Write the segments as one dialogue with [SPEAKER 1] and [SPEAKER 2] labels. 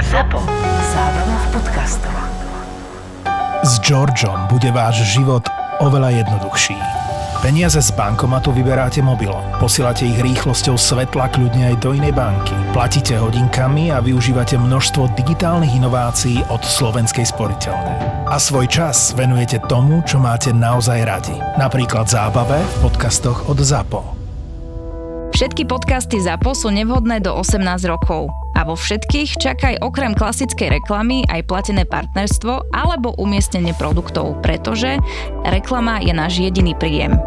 [SPEAKER 1] ZAPO. Zábrná v podcastov.
[SPEAKER 2] S Georgeom bude váš život oveľa jednoduchší. Peniaze z bankomatu vyberáte mobilom, posielate ich rýchlosťou svetla kľudne aj do inej banky, platíte hodinkami a využívate množstvo digitálnych inovácií od Slovenskej sporiteľne. A svoj čas venujete tomu, čo máte naozaj radi. Napríklad zábave v podcastoch od ZAPO.
[SPEAKER 3] Všetky podcasty ZAPO sú nevhodné do 18 rokov. A vo všetkých čakaj okrem klasickej reklamy aj platené partnerstvo alebo umiestnenie produktov, pretože reklama je náš jediný príjem.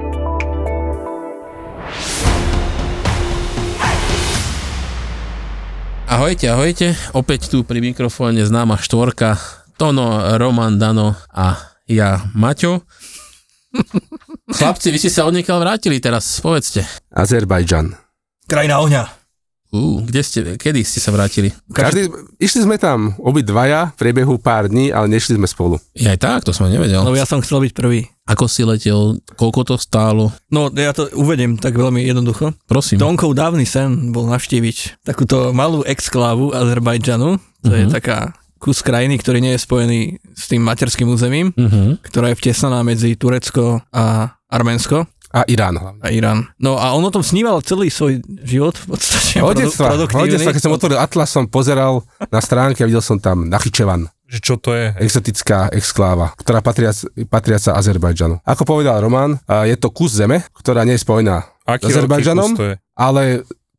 [SPEAKER 4] Ahojte, ahojte. Opäť tu pri mikrofóne známa štvorka. Tono, Roman, Dano a ja, Maťo. Chlapci, vy ste sa od niekiaľ vrátili teraz, povedzte.
[SPEAKER 5] Azerbajdžan.
[SPEAKER 2] Krajina ohňa.
[SPEAKER 4] Ú, kde ste, kedy ste sa vrátili?
[SPEAKER 5] Každý, išli sme tam obidvaja v priebehu pár dní, ale nešli sme spolu.
[SPEAKER 4] Ja aj tak, to som nevedel.
[SPEAKER 6] Lebo No, ja som chcel byť prvý.
[SPEAKER 4] No, Ako si letel, koľko to stálo?
[SPEAKER 6] No, ja to uvediem tak veľmi jednoducho.
[SPEAKER 4] Prosím.
[SPEAKER 6] Tonkov dávny sen bol navštíviť takúto malú exklávu Azerbajdžanu. To je taká kus krajiny, ktorý nie je spojený s tým materským územím,
[SPEAKER 4] Uh-huh.
[SPEAKER 6] ktorá je vtesnaná medzi Turecko a Arménsko
[SPEAKER 5] A Irán hlavne.
[SPEAKER 6] a Irán. No a on o tom sníval celý svoj život v podstate.
[SPEAKER 5] Od
[SPEAKER 6] produ-
[SPEAKER 5] detstva, od
[SPEAKER 6] produktívny.
[SPEAKER 5] detstva, keď som otvoril Atlas, som pozeral na stránke a videl som tam Nachyčevan,
[SPEAKER 7] že čo to je.
[SPEAKER 5] exotická exkláva, ktorá patria, patriaca Azerbajdžanu. Ako povedal Roman, a je to kus zeme, ktorá nie je spojená
[SPEAKER 7] Aký
[SPEAKER 5] s Azerbajdžanom,
[SPEAKER 7] veľký kus to je?
[SPEAKER 5] ale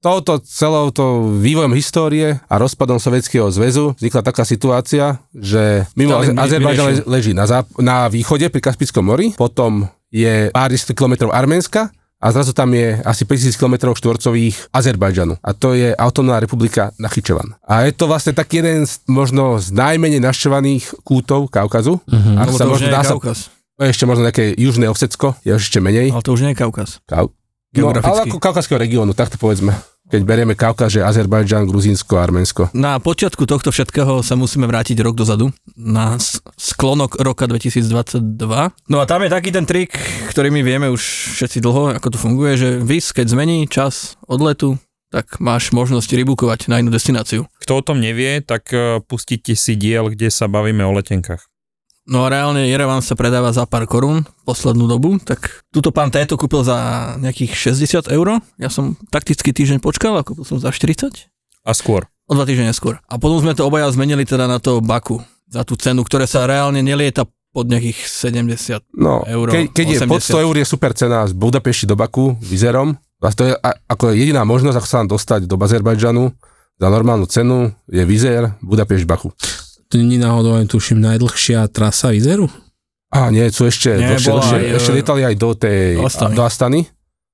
[SPEAKER 5] touto celou to vývojom histórie a rozpadom Sovietskeho zväzu vznikla taká situácia, že mimo
[SPEAKER 6] Stalin vy-
[SPEAKER 5] Azerbajdžan
[SPEAKER 6] vyriešil.
[SPEAKER 5] leží na, záp- na východe pri Kaspickom mori, potom je pár desítok kilometrov Arménska a zrazu tam je asi 5000 km štvorcových Azerbajdžanu. A to je autonómna republika Nachyčevan. A je to vlastne taký jeden z, možno z najmenej našťovaných kútov Kaukazu. Mm-hmm.
[SPEAKER 6] Lebo No, to už nie je Kaukaz.
[SPEAKER 5] ešte možno nejaké južné Osecko, je ešte menej.
[SPEAKER 6] Ale to už nie je Kaukaz.
[SPEAKER 5] Kau- no,
[SPEAKER 6] Geograficky.
[SPEAKER 5] ale ako kaukazského regiónu, tak to povedzme. Keď berieme Kaukaz, že Azerbajdžan, Gruzínsko, Arménsko.
[SPEAKER 6] Na počiatku tohto všetkého sa musíme vrátiť rok dozadu, na s- sklonok roka 2022. No a tam je taký ten trik, ktorý my vieme už všetci dlho, ako to funguje, že VIS, keď zmení čas odletu, tak máš možnosť rebukovať na inú destináciu.
[SPEAKER 7] Kto o tom nevie, tak eh, pustite si diel, kde sa bavíme o letenkách.
[SPEAKER 6] No a reálne Jerevan sa predáva za pár korún poslednú dobu, tak túto pán Této kúpil za nejakých 60 eur. Ja som takticky týždeň počkal a kúpil som za 40.
[SPEAKER 7] A skôr.
[SPEAKER 6] O dva týždne neskôr. A potom sme to obaja zmenili teda na to Baku. Za tú cenu, ktoré sa reálne nelieta pod nejakých 70.
[SPEAKER 5] No,
[SPEAKER 6] Euro
[SPEAKER 5] ke, keď je pod 100
[SPEAKER 6] 80.
[SPEAKER 5] eur je super cena z Budapešti do Baku, Vizerom. A to je a, ako jediná možnosť, ako sa nám dostať do Azerbajdžanu za normálnu cenu je Vizer, Budapešť, Baku.
[SPEAKER 4] To nie náhodou aj tuším najdlhšia trasa Vizeru?
[SPEAKER 5] A nie, sú ešte,
[SPEAKER 6] Nie,
[SPEAKER 5] dlhšie,
[SPEAKER 6] bola
[SPEAKER 5] dlhšie,
[SPEAKER 6] aj,
[SPEAKER 5] ešte
[SPEAKER 6] e,
[SPEAKER 5] lietali aj do tej
[SPEAKER 6] Astany.
[SPEAKER 5] do Astany.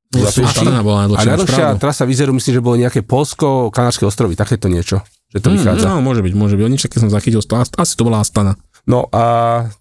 [SPEAKER 5] Budapešti.
[SPEAKER 4] Astana bola
[SPEAKER 5] A
[SPEAKER 4] najdlhšia, máš
[SPEAKER 5] najdlhšia
[SPEAKER 4] pravdu.
[SPEAKER 5] trasa Vizeru myslím, že bolo nejaké Polsko, Kanárske ostrovy, takéto niečo, že
[SPEAKER 4] Mm,
[SPEAKER 5] to vychádza.
[SPEAKER 4] No, môže byť, môže byť. Nič také som zachytil, z toho- asi to bola Astana.
[SPEAKER 5] No a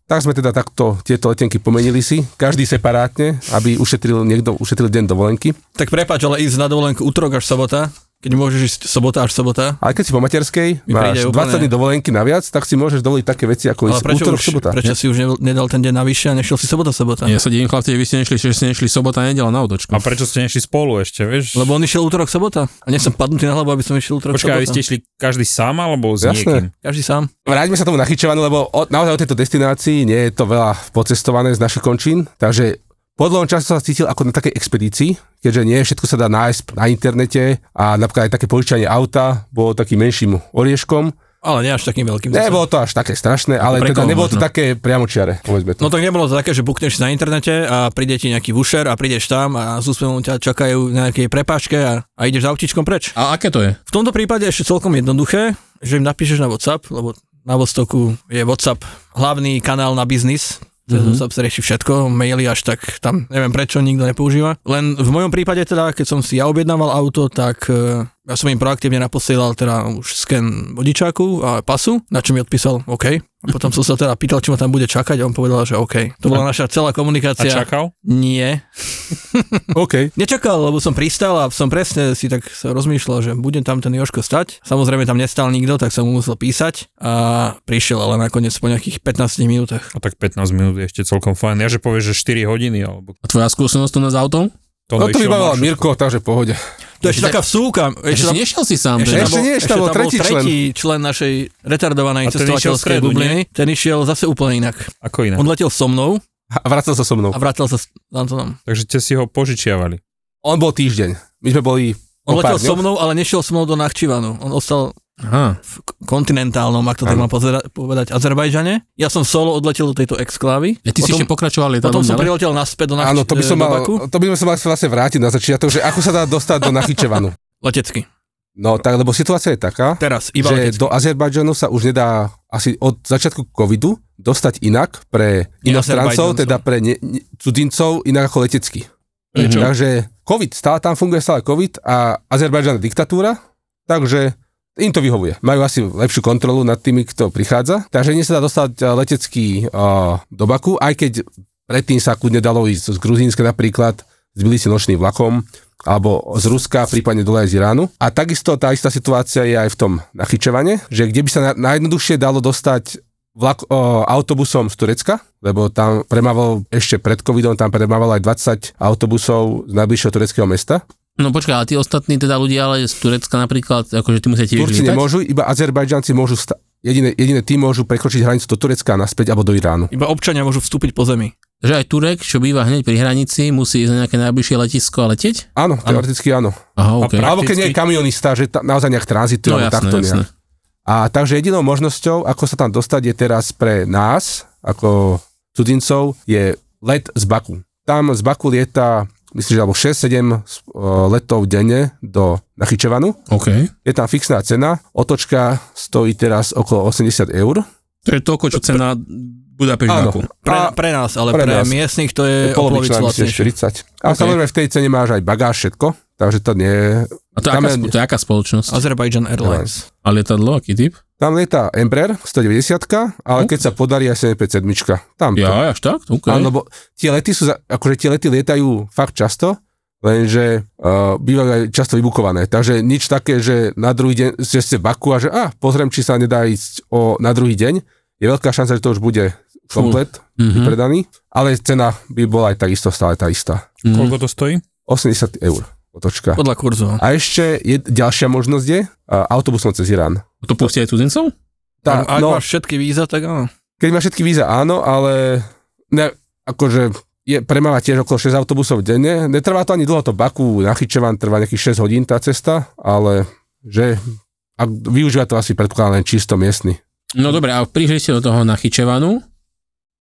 [SPEAKER 5] tak sme teda takto tieto letenky pomenili si, každý separátne, aby ušetril niekto, ušetril deň dovolenky.
[SPEAKER 6] Tak prepáč, ale ísť na dovolenku útorok až sobota, keď môžeš ísť sobota až sobota.
[SPEAKER 5] Ale keď si po materskej
[SPEAKER 6] Mi
[SPEAKER 5] máš
[SPEAKER 6] príde
[SPEAKER 5] 20
[SPEAKER 6] úplne-
[SPEAKER 5] dní dovolenky naviac, tak si môžeš dovoliť také veci ako
[SPEAKER 6] Ale
[SPEAKER 5] ísť
[SPEAKER 6] prečo,
[SPEAKER 5] útorok,
[SPEAKER 6] už,
[SPEAKER 5] sobota.
[SPEAKER 6] prečo si už ne- nedal ten deň navyše a nešiel si sobota sobota?
[SPEAKER 4] Ja sa divím, chlapci, že vy ste nešli, že ste nešli sobota a nedela na otočku.
[SPEAKER 7] A prečo ste nešli spolu ešte, vieš?
[SPEAKER 6] Lebo on išiel útorok sobota. A nie som padnutý na hlavu, aby som išiel útorok
[SPEAKER 7] Počkaj, vy
[SPEAKER 6] sobota.
[SPEAKER 7] ste išli každý sám alebo s
[SPEAKER 5] Jasné.
[SPEAKER 7] niekým?
[SPEAKER 6] Každý sám.
[SPEAKER 5] Vráťme sa tomu nachyčovanú, lebo od, naozaj od tejto destinácii nie je to veľa pocestované z našich končín, takže po dlhom čase som sa cítil ako na takej expedícii, keďže nie všetko sa dá nájsť na internete a napríklad aj také požičanie auta bolo takým menším orieškom.
[SPEAKER 6] Ale nie až takým veľkým.
[SPEAKER 5] Nebolo to až také strašné, ale
[SPEAKER 4] Pre
[SPEAKER 5] teda
[SPEAKER 4] koho
[SPEAKER 5] nebolo to
[SPEAKER 4] možno?
[SPEAKER 5] také priamočiare, povedzme to.
[SPEAKER 6] No tak nebolo to také, že bukneš na internete a príde ti nejaký vušer a prídeš tam a s úsmevom ťa čakajú na nejakej prepážke a, a ideš za autičkom preč.
[SPEAKER 4] A aké to je?
[SPEAKER 6] V tomto prípade ešte celkom jednoduché, že im napíšeš na WhatsApp, lebo na Vostoku je WhatsApp hlavný kanál na biznis, cez mm-hmm. WhatsApp sa rieši všetko, maily až tak tam neviem prečo nikto nepoužíva. Len v mojom prípade teda, keď som si ja objednával auto, tak e, ja som im proaktívne naposielal teda už sken vodičáku a pasu, na čo mi odpísal OK. A potom som sa teda pýtal, či ma tam bude čakať a on povedal, že OK. To bola naša celá
[SPEAKER 7] A
[SPEAKER 6] komunikácia.
[SPEAKER 7] čakal?
[SPEAKER 6] Nie,
[SPEAKER 5] OK.
[SPEAKER 6] Nečakal, lebo som pristal a som presne si tak sa rozmýšľal, že budem tam ten Joško stať. Samozrejme tam nestal nikto, tak som mu musel písať a prišiel ale nakoniec po nejakých 15 minútach.
[SPEAKER 7] A tak 15 minút je ešte celkom fajn. Ja že povieš, že 4 hodiny alebo
[SPEAKER 4] A tvoja skúsenosť tu na s autom?
[SPEAKER 7] to
[SPEAKER 5] No to
[SPEAKER 7] išiel
[SPEAKER 5] vybavil
[SPEAKER 7] Mašo.
[SPEAKER 5] Mirko, takže v pohode.
[SPEAKER 6] To je ešte taká vsúka.
[SPEAKER 4] Ešte si nešiel si sám.
[SPEAKER 5] Ešte
[SPEAKER 4] teda.
[SPEAKER 5] nie, ešte tam bol tretí
[SPEAKER 6] člen našej retardovanej
[SPEAKER 7] A ten išiel v
[SPEAKER 6] cestovateľskej
[SPEAKER 7] stredu,
[SPEAKER 6] bubliny. Ten išiel zase úplne inak.
[SPEAKER 7] Ako iné.
[SPEAKER 6] On letel so mnou
[SPEAKER 5] A vracal sa so mnou.
[SPEAKER 6] a vracal sa s Antonom.
[SPEAKER 7] Takže ste si ho požičiavali.
[SPEAKER 5] On bol týždeň. My sme boli
[SPEAKER 6] On
[SPEAKER 5] po pár
[SPEAKER 6] letel so
[SPEAKER 5] dňoch.
[SPEAKER 6] mnou, ale nešiel so mnou do Nachčivanu. On ostal
[SPEAKER 4] Aha.
[SPEAKER 6] v k- kontinentálnom, ak to tak
[SPEAKER 5] Áno.
[SPEAKER 6] mám pozera- povedať, Azerbajdžane. Ja som solo odletel do tejto exklávy.
[SPEAKER 4] Ja, ty si ešte pokračoval
[SPEAKER 6] potom
[SPEAKER 4] lietadlom ďalej?
[SPEAKER 6] som priletel naspäť do, e, Nach-
[SPEAKER 5] Áno, to by, som
[SPEAKER 6] do
[SPEAKER 5] mal,
[SPEAKER 6] Baku.
[SPEAKER 5] to by sme sa mali vlastne vrátiť na začiatok, že ako sa dá dostať do Nachyčevanu.
[SPEAKER 6] Letecky.
[SPEAKER 5] No tak, lebo situácia je taká,
[SPEAKER 6] Teraz, iba
[SPEAKER 5] že
[SPEAKER 6] letecky.
[SPEAKER 5] do Azerbajdžanu sa už nedá asi od začiatku covidu dostať inak pre
[SPEAKER 6] Nie
[SPEAKER 5] inostrancov,
[SPEAKER 6] Azerbajdžancov.
[SPEAKER 5] teda pre ne, ne, cudzincov, inak ako letecky.
[SPEAKER 7] Prečo?
[SPEAKER 5] Takže covid, stále tam funguje stále covid a Azerbajdžan je diktatúra, takže im to vyhovuje. Majú asi lepšiu kontrolu nad tými, kto prichádza. Takže nie sa dá dostať a, letecky a, do Baku, aj keď predtým sa kľudne dalo ísť z Gruzínska napríklad, z Bilisi nočným vlakom, alebo z Ruska, prípadne dole aj z Iránu. A takisto tá istá situácia je aj v tom nachyčevane, že kde by sa na, najjednoduchšie dalo dostať vlak, o, autobusom z Turecka, lebo tam premával ešte pred covidom, tam premával aj 20 autobusov z najbližšieho tureckého mesta.
[SPEAKER 4] No počkaj, ale tí ostatní teda ľudia, ale z Turecka napríklad, akože ty musíte tiež
[SPEAKER 5] Turci
[SPEAKER 4] lietať?
[SPEAKER 5] nemôžu, iba Azerbajdžanci môžu, sta- jediné, jediné tí môžu prekročiť hranicu do Turecka a naspäť alebo do Iránu.
[SPEAKER 6] Iba občania môžu vstúpiť po zemi.
[SPEAKER 4] Že aj Turek, čo býva hneď pri hranici, musí ísť na nejaké najbližšie letisko a leteť?
[SPEAKER 5] Áno, teoreticky áno.
[SPEAKER 4] Aha, OK.
[SPEAKER 7] pra-
[SPEAKER 5] Alebo keď nie je kamionista, že ta, naozaj nejak tranzituje,
[SPEAKER 4] No
[SPEAKER 5] alebo
[SPEAKER 4] jasné,
[SPEAKER 5] takto
[SPEAKER 4] jasné.
[SPEAKER 5] nejak. A takže jedinou možnosťou, ako sa tam dostať, je teraz pre nás, ako cudzincov, je let z Baku. Tam z Baku lieta, myslím, že alebo 6-7 s- o, letov denne do Nachyčevanu.
[SPEAKER 4] OK.
[SPEAKER 5] Je tam fixná cena, otočka stojí teraz okolo 80 eur.
[SPEAKER 4] To je toľko, čo cena
[SPEAKER 5] Áno.
[SPEAKER 4] Budapešť
[SPEAKER 6] Pre,
[SPEAKER 5] A
[SPEAKER 6] pre nás, ale
[SPEAKER 5] pre nás.
[SPEAKER 6] pre, miestnych to je o
[SPEAKER 5] polovičná,
[SPEAKER 6] polovicu
[SPEAKER 5] myslím,
[SPEAKER 6] vlastnejšie.
[SPEAKER 5] 40. A
[SPEAKER 6] OK.
[SPEAKER 5] samozrejme v tej cene máš aj bagáž, všetko, takže to nie je...
[SPEAKER 4] A to, je aká,
[SPEAKER 5] Tam je-
[SPEAKER 4] spo- to je aká spoločnosť?
[SPEAKER 6] Azerbaijan Airlines.
[SPEAKER 4] A lietadlo, aký typ?
[SPEAKER 5] Tam lieta Embraer 190, ale
[SPEAKER 6] No.
[SPEAKER 5] keď sa podarí aj 757, tam to
[SPEAKER 4] Ja, až tak? OK.
[SPEAKER 5] Áno, lebo tie lety sú, za, akože tie lety lietajú fakt často, lenže uh, bývajú aj často vybukované. Takže nič také, že na druhý deň, že ste v Baku a že ah, pozriem, či sa nedá ísť o, na druhý deň. Je veľká šanca, že to už bude
[SPEAKER 4] Full.
[SPEAKER 5] komplet
[SPEAKER 4] Mhm.
[SPEAKER 5] predaný, ale cena by bola aj takisto stále tá istá.
[SPEAKER 4] Mhm.
[SPEAKER 7] Koľko to stojí?
[SPEAKER 5] 80 eur otočka.
[SPEAKER 6] Podľa kurzu.
[SPEAKER 5] A ešte je, ďalšia možnosť je uh, autobusom cez Irán.
[SPEAKER 4] To pustia aj cudzincov?
[SPEAKER 5] Tá,
[SPEAKER 6] Ak
[SPEAKER 5] no,
[SPEAKER 6] máš všetky víza, tak áno.
[SPEAKER 5] Keď má všetky víza, áno, ale ne, akože je, premáva tiež okolo 6 autobusov denne. Netrvá to ani dlho, to Baku na Chyčevan trvá nejakých 6 hodín tá cesta, ale že a využíva to asi predpokladám len čisto miestny.
[SPEAKER 4] No dobre, a prišli ste do toho na Chyčevanu.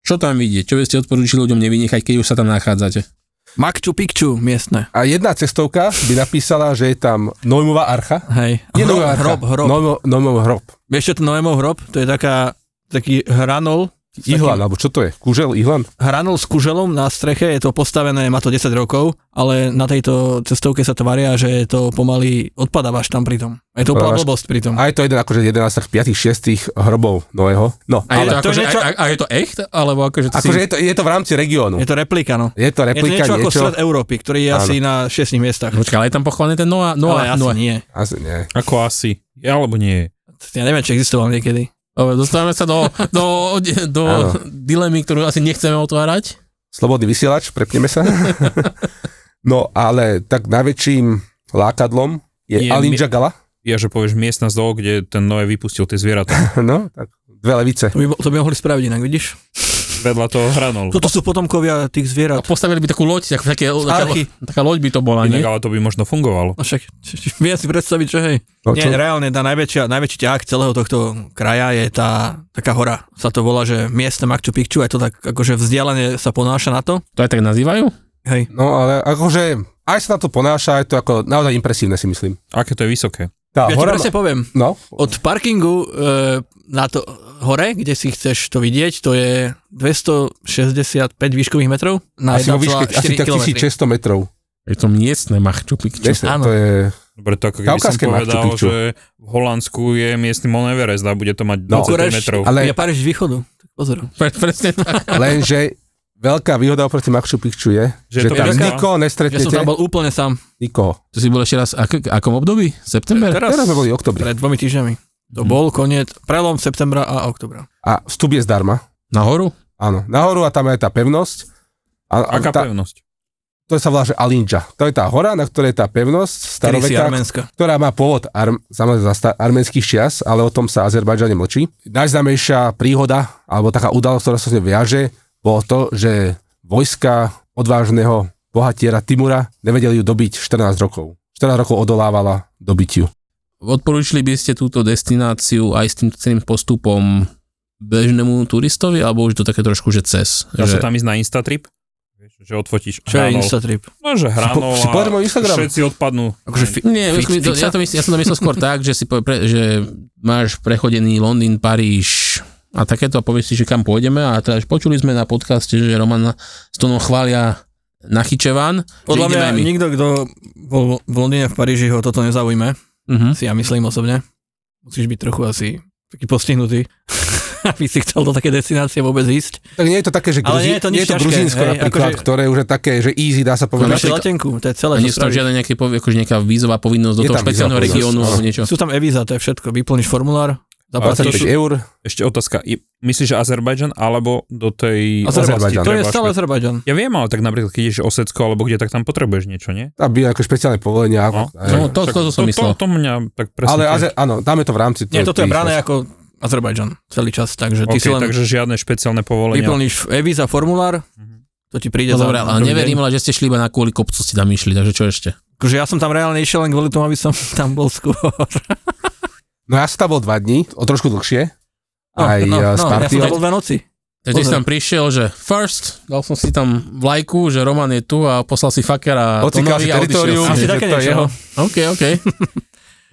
[SPEAKER 4] Čo tam vidieť? Čo by ste odporúčili ľuďom nevynechať, keď už sa tam nachádzate?
[SPEAKER 6] Makču Pikču miestne.
[SPEAKER 5] A jedna cestovka by napísala, že je tam Nojmová archa.
[SPEAKER 6] Hej.
[SPEAKER 5] Nie
[SPEAKER 6] hrob,
[SPEAKER 5] Noémová archa,
[SPEAKER 6] hrob, hrob. No.
[SPEAKER 5] Noémo- Noémov hrob.
[SPEAKER 6] Vieš čo je to Noémov hrob? To je taká, taký hranol,
[SPEAKER 5] Ihlan, alebo čo to je? Kužel, Ihlan?
[SPEAKER 6] hranol s kuželom na streche, je to postavené, má to 10 rokov, ale na tejto cestovke sa tvaria, že je to pomaly odpadávaš tam pritom. Je to úplná
[SPEAKER 5] Odpadávaš.
[SPEAKER 6] blbosť pritom.
[SPEAKER 5] A je to jeden akože 11 z 5 6 hrobov Noého. No,
[SPEAKER 4] A je, to
[SPEAKER 5] ale
[SPEAKER 6] to je
[SPEAKER 4] akože,
[SPEAKER 6] niečo-
[SPEAKER 4] a, a je to echt? Alebo akože to
[SPEAKER 5] akože
[SPEAKER 4] si...
[SPEAKER 5] je to, je to v rámci regiónu.
[SPEAKER 6] Je to replika, no.
[SPEAKER 5] Je to
[SPEAKER 6] Je to
[SPEAKER 5] replika
[SPEAKER 6] niečo, ako
[SPEAKER 5] niečo.
[SPEAKER 6] stred Európy, ktorý je asi na 6 miestach.
[SPEAKER 4] Počkaj, ale je tam pochovaný ten Noa?
[SPEAKER 6] No,
[SPEAKER 4] Noa,
[SPEAKER 6] ale asi
[SPEAKER 4] Noa.
[SPEAKER 6] nie.
[SPEAKER 5] Asi nie.
[SPEAKER 7] Ako asi. Je alebo nie je?
[SPEAKER 6] Ja neviem, či existoval niekedy.
[SPEAKER 4] Dobre, dostávame sa do, do, do
[SPEAKER 5] Áno.
[SPEAKER 4] dilemy, ktorú asi nechceme otvárať.
[SPEAKER 5] slobodný vysielač, prepneme sa. no ale tak najväčším lákadlom je,
[SPEAKER 7] Je
[SPEAKER 5] je Alin Jagala.
[SPEAKER 7] Ja, že povieš miestna z dolu, kde ten Noé vypustil tie zvieratá.
[SPEAKER 5] No, tak dve levice.
[SPEAKER 6] To by, bo- to by mohli spraviť inak, vidíš?
[SPEAKER 7] Vedľa toho hranol.
[SPEAKER 6] Toto sú potomkovia
[SPEAKER 4] A
[SPEAKER 6] tých zvierat.
[SPEAKER 4] postavili by takú loď, tak, také, taká,
[SPEAKER 6] archy.
[SPEAKER 4] taká loď by to bola,
[SPEAKER 7] Inak,
[SPEAKER 4] nie?
[SPEAKER 7] ale to by možno
[SPEAKER 6] No
[SPEAKER 7] fungovalo.
[SPEAKER 6] však, či- či- viem si predstaviť, že hej.
[SPEAKER 5] No,
[SPEAKER 6] Nie,
[SPEAKER 5] čo?
[SPEAKER 6] reálne tá najväčšia, najväčší ťah celého tohto kraja je tá taká hora. Sa to volá, že miestne Machu Picchu, aj to tak akože vzdialene sa ponáša na to.
[SPEAKER 4] To aj tak nazývajú?
[SPEAKER 6] Hej.
[SPEAKER 5] no ale akože aj sa na to ponáša, je to ako naozaj impresívne si myslím.
[SPEAKER 7] Aké to je vysoké?
[SPEAKER 5] Tá
[SPEAKER 6] Ja ti
[SPEAKER 5] hora...
[SPEAKER 6] presne poviem,
[SPEAKER 5] No,
[SPEAKER 6] od parkingu e, na to hore, kde si chceš to vidieť, to je 265 výškových metrov na
[SPEAKER 5] asi vo
[SPEAKER 6] 1,4
[SPEAKER 5] výške asi tak
[SPEAKER 6] kilometry.
[SPEAKER 5] 1600 metrov.
[SPEAKER 4] Je to miestne Machu Picchu.
[SPEAKER 5] Miestne,
[SPEAKER 6] áno.
[SPEAKER 5] to je...
[SPEAKER 7] Dobre, to ako keby som
[SPEAKER 5] Kaukazské Machu
[SPEAKER 7] povedal,
[SPEAKER 5] Picchu.
[SPEAKER 7] že v Holandsku je miestny Mount Everest a bude to mať 20
[SPEAKER 5] No,
[SPEAKER 6] Bukurešť,
[SPEAKER 7] metrov.
[SPEAKER 5] ale-
[SPEAKER 6] Ja Paríž z východu. Tak Pozor.
[SPEAKER 4] Pre- Presne tak.
[SPEAKER 5] Lenže veľká výhoda oproti Machu Picchu je,
[SPEAKER 7] Že
[SPEAKER 5] že,
[SPEAKER 7] to
[SPEAKER 5] tam
[SPEAKER 6] je veľká-
[SPEAKER 5] nikoho
[SPEAKER 6] Ja som
[SPEAKER 5] nestretnete.
[SPEAKER 6] tam bol úplne sám.
[SPEAKER 5] Nikoho.
[SPEAKER 4] To si bol ešte raz, ak, akom období? September?
[SPEAKER 6] Teraz,
[SPEAKER 5] Teraz sme boli v oktobri.
[SPEAKER 6] pred dvomi týždňami. To bol koniec, prelom septembra a oktobra.
[SPEAKER 5] A vstup je zdarma.
[SPEAKER 4] Nahoru?
[SPEAKER 5] Áno. Nahoru a tam je aj tá pevnosť. A, a
[SPEAKER 7] Aká
[SPEAKER 5] tá,
[SPEAKER 7] pevnosť?
[SPEAKER 5] to sa volá, že Alinja. To je tá hora, na ktorej je tá pevnosť
[SPEAKER 6] Staroveká.
[SPEAKER 5] staroveká,
[SPEAKER 6] Arménska.
[SPEAKER 5] ktorá má pôvod arm, samozrejme za sta- arménskych čias, ale o tom sa Azerbajdžane mlčí. Najznámejšia príhoda, alebo taká udalosť, ktorá sa s ňou viaže, bolo to, že vojska odvážneho bohatiera Timura nevedeli ju dobiť 14 rokov. 14 rokov odolávala dobitiu.
[SPEAKER 4] Odporúčili by ste túto destináciu aj s tým celým postupom bežnému turistovi, alebo už to také trošku, že cez?
[SPEAKER 7] Dá sa
[SPEAKER 4] Že,
[SPEAKER 7] tam ísť na Instatrip? Vieš, že odfotíš
[SPEAKER 6] Čo je
[SPEAKER 7] hranol.
[SPEAKER 6] Instatrip?
[SPEAKER 7] No, že hranol
[SPEAKER 5] Si po- si pozri môj
[SPEAKER 7] a
[SPEAKER 5] Instagram.
[SPEAKER 7] všetci odpadnú.
[SPEAKER 6] Akože fi-
[SPEAKER 4] nie, fi,
[SPEAKER 6] fi-
[SPEAKER 4] to, ja,
[SPEAKER 6] fixa?
[SPEAKER 4] to mysl, ja som to myslel skôr tak, že, si povie, pre, že máš prechodený Londýn, Paríž a takéto a povieš si, že kam pôjdeme a teda že počuli sme na podcaste, že Roman s Tonom chvália Nachyčevan,
[SPEAKER 6] Podľa
[SPEAKER 4] že
[SPEAKER 6] mňa
[SPEAKER 4] ideme aj my.
[SPEAKER 6] nikto, kto bol v Londýne, v Paríži, ho toto nezaujíme,
[SPEAKER 4] Mhm.
[SPEAKER 6] si ja myslím osobne. Musíš byť trochu asi taký postihnutý, aby si chcel do také destinácie vôbec ísť.
[SPEAKER 5] Tak nie je to také, že
[SPEAKER 6] Ale
[SPEAKER 5] Gruzi,
[SPEAKER 6] nie je to nič
[SPEAKER 5] to
[SPEAKER 6] ťažké,
[SPEAKER 5] Gruzínsko
[SPEAKER 6] hej,
[SPEAKER 5] napríklad,
[SPEAKER 6] akože-
[SPEAKER 5] ktoré už je také, že easy, dá sa povedať.
[SPEAKER 6] Máš letenku, to je celé.
[SPEAKER 4] A
[SPEAKER 6] čo
[SPEAKER 4] nie sú tam
[SPEAKER 6] spravíš.
[SPEAKER 4] žiadna nejaké, povie- akože nejaká vízová povinnosť do
[SPEAKER 5] Je
[SPEAKER 4] toho
[SPEAKER 5] tam
[SPEAKER 4] špeciálneho
[SPEAKER 5] vízová
[SPEAKER 4] regiónu
[SPEAKER 5] povinnosť,
[SPEAKER 4] alebo niečo.
[SPEAKER 6] Sú tam e-víza, to je všetko. Vyplníš formulár, zaplatíš.
[SPEAKER 5] 25 eur.
[SPEAKER 7] Ešte otázka. I- Myslíš, že Azerbajdžan alebo do tej oblasti
[SPEAKER 5] Azerbajdžan.
[SPEAKER 6] To je
[SPEAKER 7] treba
[SPEAKER 6] stále
[SPEAKER 7] špe-
[SPEAKER 6] Azerbajdžan.
[SPEAKER 7] Ja viem, ale tak napríklad, keď ideš Osecko alebo kde, tak tam potrebuješ niečo, nie?
[SPEAKER 5] Tam by ako špeciálne povolenia.
[SPEAKER 7] No.
[SPEAKER 5] Aj.
[SPEAKER 4] No, to,
[SPEAKER 7] Tak
[SPEAKER 4] to, to som
[SPEAKER 7] to,
[SPEAKER 4] myslel.
[SPEAKER 7] to mňa tak presne...
[SPEAKER 5] Ale
[SPEAKER 7] tiež-
[SPEAKER 5] Aze- áno, dáme to v rámci.
[SPEAKER 6] Nie,
[SPEAKER 5] tej-
[SPEAKER 6] toto
[SPEAKER 5] tej-
[SPEAKER 6] je brané ako Azerbajdžan celý čas, takže ty
[SPEAKER 7] OK,
[SPEAKER 6] si len
[SPEAKER 7] takže žiadne špeciálne povolenia.
[SPEAKER 6] vyplníš e-víza formulár, to ti príde
[SPEAKER 4] No
[SPEAKER 6] za
[SPEAKER 4] dobre, ale
[SPEAKER 6] prvý
[SPEAKER 4] neverím,
[SPEAKER 6] deň.
[SPEAKER 4] ale že ste šli iba na kvôli kopcu ste tam išli, takže čo ešte?
[SPEAKER 6] Akože ja som tam reálne išiel len kvôli tomu, aby som tam bol skôr.
[SPEAKER 5] No ja som tam bol dva dní, o trošku dlhšie. Aj eh, s
[SPEAKER 6] no, ja som
[SPEAKER 5] partiou.
[SPEAKER 6] tam bol dve noci.
[SPEAKER 4] Takže ty si
[SPEAKER 6] Pozor.
[SPEAKER 4] tam prišiel, že first, dal som si tam vlajku, že Roman je tu a poslal si fakera Tonovi
[SPEAKER 5] Ocikal si
[SPEAKER 4] a
[SPEAKER 5] teritorium.
[SPEAKER 4] odišiel si.
[SPEAKER 6] Asi
[SPEAKER 5] že
[SPEAKER 6] také
[SPEAKER 5] to je
[SPEAKER 6] niečo.
[SPEAKER 5] jeho.
[SPEAKER 6] no.
[SPEAKER 4] OK, OK.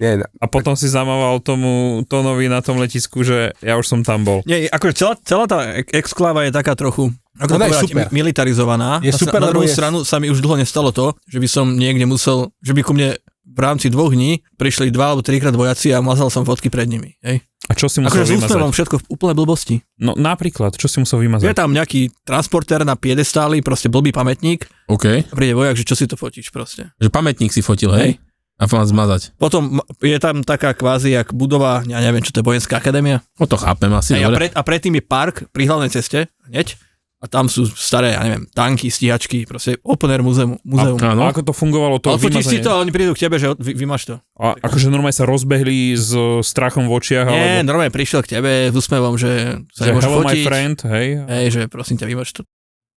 [SPEAKER 5] Nie, na-
[SPEAKER 7] A potom si zamával tomu Tonovi na tom letisku, že ja už som tam bol.
[SPEAKER 6] Nie, akože celá, celá tá ek- exkláva je taká trochu ako
[SPEAKER 5] Ona No, je
[SPEAKER 6] povedať,
[SPEAKER 5] super.
[SPEAKER 6] mi- militarizovaná.
[SPEAKER 5] Je
[SPEAKER 6] Na sa-
[SPEAKER 5] super,
[SPEAKER 6] na
[SPEAKER 5] lebo
[SPEAKER 6] druhú
[SPEAKER 5] je-
[SPEAKER 6] stranu sa mi už dlho nestalo to, že by som niekde musel, že by ku mne v rámci dvoch dní prišli dva alebo trikrát vojaci a mazal som fotky pred nimi. Hej.
[SPEAKER 7] A čo si
[SPEAKER 6] Akože
[SPEAKER 7] musel
[SPEAKER 6] s
[SPEAKER 7] vymazať?
[SPEAKER 6] úsmevom všetko v úplne blbosti.
[SPEAKER 7] No napríklad, čo si musel
[SPEAKER 6] Je
[SPEAKER 7] vymazať?
[SPEAKER 6] tam nejaký transportér na piedestáli, proste blbý pamätník
[SPEAKER 4] OK.
[SPEAKER 6] a príde vojak, že čo si to fotíš proste.
[SPEAKER 4] Že pamätník si fotil, hej? A mám zmazať.
[SPEAKER 6] Potom m- je tam taká kvázi jak budova, ja neviem, čo to je vojenská akadémia.
[SPEAKER 4] No to chápem asi,
[SPEAKER 6] Hej, a,
[SPEAKER 4] dobre.
[SPEAKER 6] pred, a predtým je park pri hlavnej ceste, hneď. A tam sú staré, ja neviem, tanky, stíhačky, proste open air muzeum. muzeum. A,
[SPEAKER 7] No
[SPEAKER 4] Áno.
[SPEAKER 7] ako to fungovalo to
[SPEAKER 6] ale fotíš si
[SPEAKER 7] vymazanie?
[SPEAKER 6] to a oni prídu k tebe, že od- vy, vymaš to.
[SPEAKER 7] A akože normálne sa rozbehli s e, strachom v očiach,
[SPEAKER 6] Nie,
[SPEAKER 7] alebo...
[SPEAKER 6] normálne prišiel k tebe s úsmevom, že sa
[SPEAKER 7] Že
[SPEAKER 6] nemôžeš
[SPEAKER 7] hello my
[SPEAKER 6] fotiť.
[SPEAKER 7] friend, hej.
[SPEAKER 6] Hej, že prosím ťa, vymaš to.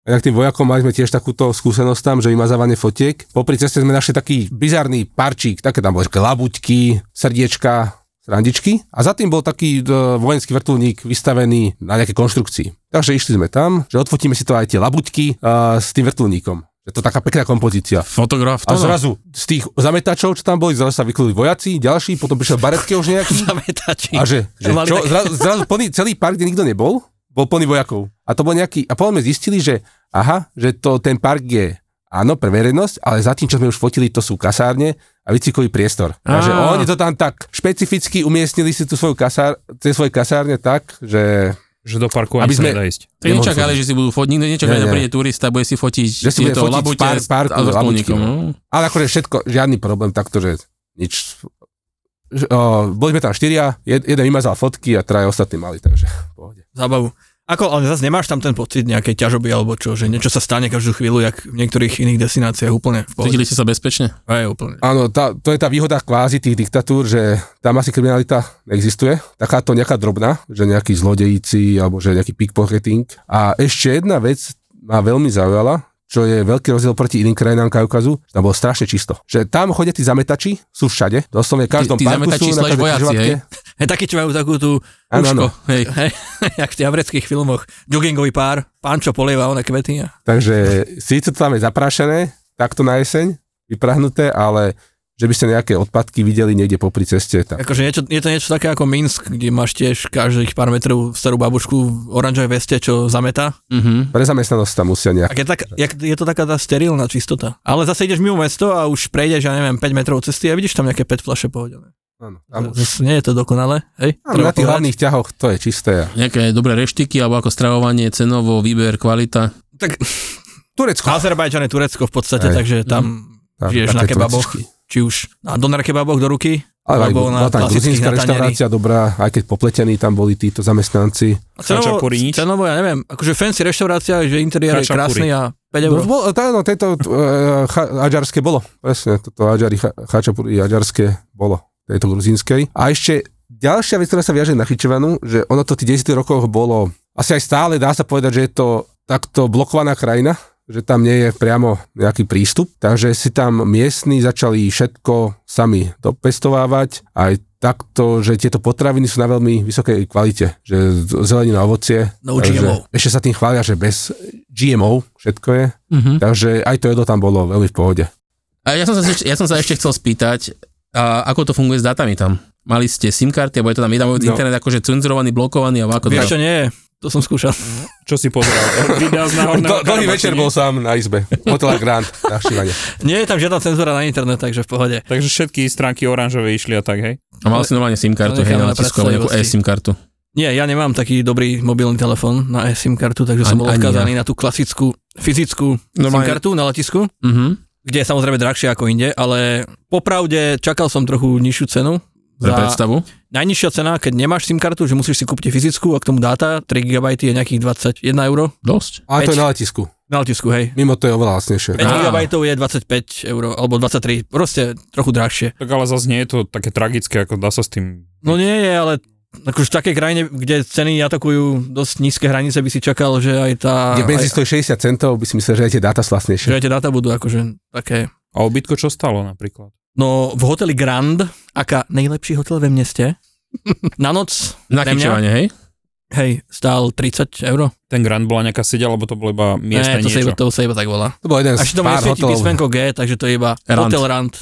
[SPEAKER 5] Inak tým vojakom mali sme tiež takúto skúsenosť tam, že vymazávanie fotiek. Popri ceste sme našli taký bizarný parčík, také tam boli také labuťky, srdiečka, srandičky. A za tým bol taký e, vojenský vrtulník vystavený na nejaké konštrukcii. Takže išli sme tam, že odfotíme si to aj tie labuťky e, s tým vrtulníkom. Je to taká pekná kompozícia.
[SPEAKER 4] Fotograf
[SPEAKER 5] A
[SPEAKER 4] to no.
[SPEAKER 5] zrazu z tých zametačov, čo tam boli, zrazu sa vyklili vojaci, ďalší, potom prišiel Baretke už nejaký.
[SPEAKER 6] Zametači.
[SPEAKER 5] A že, že
[SPEAKER 6] Mali
[SPEAKER 5] čo,
[SPEAKER 6] také-
[SPEAKER 5] zrazu, zrazu plný, celý park, kde nikto nebol, bol plný vojakov. A to bol nejaký, a potom sme zistili, že aha, že to, ten park je áno, pre verejnosť, ale za tým, čo sme už fotili, to sú kasárne a výcvikový priestor. A že
[SPEAKER 4] Á.
[SPEAKER 5] oni to tam tak špecificky umiestnili si tu svoju kasár, tie svoje kasárne tak, že,
[SPEAKER 7] Že do parku
[SPEAKER 5] Aby
[SPEAKER 7] ani sa
[SPEAKER 5] sme-
[SPEAKER 7] nedá ísť.
[SPEAKER 4] Tak nečakali, že si budú fotiť, nikto nečakali,
[SPEAKER 5] Nie,
[SPEAKER 4] že
[SPEAKER 5] nie.
[SPEAKER 4] príde turista, bude si fotiť
[SPEAKER 5] Že si bude
[SPEAKER 4] tieto
[SPEAKER 5] fotiť v
[SPEAKER 4] labute
[SPEAKER 5] pár-
[SPEAKER 4] s-
[SPEAKER 5] parku
[SPEAKER 4] a s vrtulníkom.
[SPEAKER 5] labutky,
[SPEAKER 4] no.
[SPEAKER 5] ale akože všetko, žiadny problém takto, že nič. Že, o, boli sme tam štyria, jed, jeden vymazal fotky a traja ostatní mali, takže v pohode.
[SPEAKER 6] zábavu. Ako, ale zase nemáš tam ten pocit nejakej ťažoby alebo čo, že niečo sa stane každú chvíľu, jak v niektorých iných destináciách úplne v pohode.
[SPEAKER 4] Cítili ste sa bezpečne?
[SPEAKER 6] Aj, úplne.
[SPEAKER 5] Áno, tá, to je tá výhoda kvázi tých diktatúr, že tam asi kriminalita neexistuje. Takáto nejaká drobná, že nejakí zlodejíci alebo že nejaký pickpocketing. A ešte jedna vec ma veľmi zaujala, čo je veľký rozdiel proti iným krajinám Kaukazu, že tam bolo strašne čisto. Že tam chodia tí zametači, sú všade, doslovne v každom
[SPEAKER 4] tí
[SPEAKER 5] parku
[SPEAKER 4] zametači
[SPEAKER 5] sú,
[SPEAKER 4] slash vojaci, hej?
[SPEAKER 6] Hej, takí, čo majú takú tú
[SPEAKER 5] Áno, áno.
[SPEAKER 6] uško, hej, hej, jak v tých avreckých filmoch, joggingový pár, pán, čo polieva one kvety. a-
[SPEAKER 5] Takže síce to tam je zaprašené, takto na jeseň, vyprahnuté, ale že by ste nejaké odpadky videli niekde popri ceste. Tak.
[SPEAKER 6] Akože niečo, je to niečo také ako Minsk, kde máš tiež každých pár metrov starú babušku v oranžovej veste, čo zametá.
[SPEAKER 4] Mhm.
[SPEAKER 5] Pre zamestnanosť tam musia
[SPEAKER 6] A
[SPEAKER 5] nejak...
[SPEAKER 6] keď tak, jak, je to taká tá sterilná čistota. Ale zase ideš mimo mesto a už prejdeš, ja neviem, 5 metrov cesty a vidíš tam nejaké pet flaše pohodené.
[SPEAKER 5] Áno, tam už-
[SPEAKER 6] Zase nie je to dokonale, hej?
[SPEAKER 5] Áno, na tých
[SPEAKER 6] povedať.
[SPEAKER 5] hlavných ťahoch to je čisté.
[SPEAKER 4] Nejaké dobré reštiky, alebo ako stravovanie, cenovo, výber, kvalita.
[SPEAKER 6] Tak
[SPEAKER 5] Turecko.
[SPEAKER 6] Azerbajdžan je Turecko v podstate,
[SPEAKER 5] Hej.
[SPEAKER 6] takže tam
[SPEAKER 5] Tam
[SPEAKER 6] žiješ na
[SPEAKER 5] také
[SPEAKER 6] kebaboch,
[SPEAKER 5] turističky.
[SPEAKER 6] či už na doner kebaboch do ruky,
[SPEAKER 5] Ale aj,
[SPEAKER 6] alebo na
[SPEAKER 5] bola tam
[SPEAKER 6] klasických
[SPEAKER 5] gruzínska
[SPEAKER 6] na tanieri.
[SPEAKER 5] reštaurácia dobrá, aj keď popletení tam boli títo zamestnanci.
[SPEAKER 6] A Cenovo,
[SPEAKER 7] Chačapuri nič?
[SPEAKER 6] cenovo, ja neviem, akože fancy reštaurácia, že interiér je krásny
[SPEAKER 7] Chačapuri.
[SPEAKER 6] a 5 eur.
[SPEAKER 5] No, bol, tá, no, tieto uh, aďarské bolo. Presne, toto aďari, cha- chačapuri aďarské bolo. Tejto gruzínskej. A ešte ďalšia vec, ktorá sa viaže na Chyčevanu, že ono to v tých 10 rokoch bolo, asi aj stále dá sa povedať, že je to takto blokovaná krajina, že tam nie je priamo nejaký prístup, takže si tam miestni začali všetko sami dopestovávať, aj takto, že tieto potraviny sú na veľmi vysokej kvalite, že z- zelenina, ovocie.
[SPEAKER 6] No
[SPEAKER 5] takže
[SPEAKER 6] GMO.
[SPEAKER 5] Ešte sa tým chvália, že bez GMO všetko je,
[SPEAKER 6] Mhm.
[SPEAKER 5] Takže aj to jedlo tam bolo veľmi v pohode.
[SPEAKER 4] A ja som, sa, ešte- ja som sa ešte chcel spýtať, a ako to funguje s datami tam? Mali ste SIM karty, alebo je to tam jeden no.
[SPEAKER 5] No.
[SPEAKER 4] internet akože cenzurovaný, blokovaný, alebo ako to?
[SPEAKER 6] Vieš čo, nie je. To som skúšal.
[SPEAKER 7] Čo si pozeral? Videa z náhodného
[SPEAKER 5] Dl- dlhý
[SPEAKER 7] Karabachu,
[SPEAKER 5] večer
[SPEAKER 7] nie?
[SPEAKER 5] bol sám na izbe. Hotel Grand na Šivane.
[SPEAKER 6] Nie je tam žiadna cenzúra na internet, takže v pohode.
[SPEAKER 7] Takže všetky stránky oranžové išli a tak, hej?
[SPEAKER 4] A mal si normálne SIM kartu,
[SPEAKER 6] To
[SPEAKER 4] hej,
[SPEAKER 6] necháme na
[SPEAKER 4] natisku, alebo nejakú
[SPEAKER 6] predstavivosti.
[SPEAKER 4] e-SIM kartu.
[SPEAKER 6] Nie, ja nemám taký dobrý mobilný telefón na SIM kartu, takže som
[SPEAKER 4] Ani-
[SPEAKER 6] bol
[SPEAKER 4] ani
[SPEAKER 6] odkázaný na tú klasickú fyzickú SIM
[SPEAKER 4] Normálne-
[SPEAKER 6] kartu na letisku,
[SPEAKER 4] Mhm.
[SPEAKER 6] kde je samozrejme drahšie ako inde, ale popravde čakal som trochu nižšiu cenu.
[SPEAKER 4] Pre predstavu.
[SPEAKER 6] najnižšia cena, keď nemáš SIM kartu, že musíš si kúpiť fyzickú a k tomu dáta 3 GB je nejakých 21 eur.
[SPEAKER 4] Dosť.
[SPEAKER 5] Ale to je
[SPEAKER 6] Peť.
[SPEAKER 5] na letisku.
[SPEAKER 6] Na letisku, hej.
[SPEAKER 5] Mimo to je oveľa lacnejšie.
[SPEAKER 6] 5
[SPEAKER 4] Á.
[SPEAKER 6] GB je 25 eur, alebo 23, proste trochu drahšie.
[SPEAKER 7] Tak ale zase nie je to také tragické, ako dá sa s tým...
[SPEAKER 6] No nie je, ale akože v takej krajine, kde ceny atakujú dosť nízke hranice, by si čakal, že aj tá...
[SPEAKER 5] Kde benzín
[SPEAKER 6] aj,
[SPEAKER 5] stojí 60 centov, by si myslel, že aj tie dáta sú
[SPEAKER 6] že
[SPEAKER 5] lacnejšie.
[SPEAKER 6] aj tie dáta budú akože také...
[SPEAKER 7] A obytko čo stalo napríklad?
[SPEAKER 6] No v hoteli Grand, aká najlepší hotel ve meste, na noc,
[SPEAKER 4] Na
[SPEAKER 6] pre mňa,
[SPEAKER 4] kičovanie, hej?
[SPEAKER 6] hej, stál 30 eur.
[SPEAKER 7] Ten Grand bola nejaká sedia, alebo to bolo iba miestne
[SPEAKER 6] to, sa iba,
[SPEAKER 7] niečo?
[SPEAKER 6] to sa iba tak volá.
[SPEAKER 5] To bol jeden z
[SPEAKER 6] Až tomu
[SPEAKER 5] pár
[SPEAKER 6] nesvieti
[SPEAKER 5] hotelov.
[SPEAKER 6] písmenko G, takže to je iba
[SPEAKER 4] Rand.
[SPEAKER 6] Hotel Rand.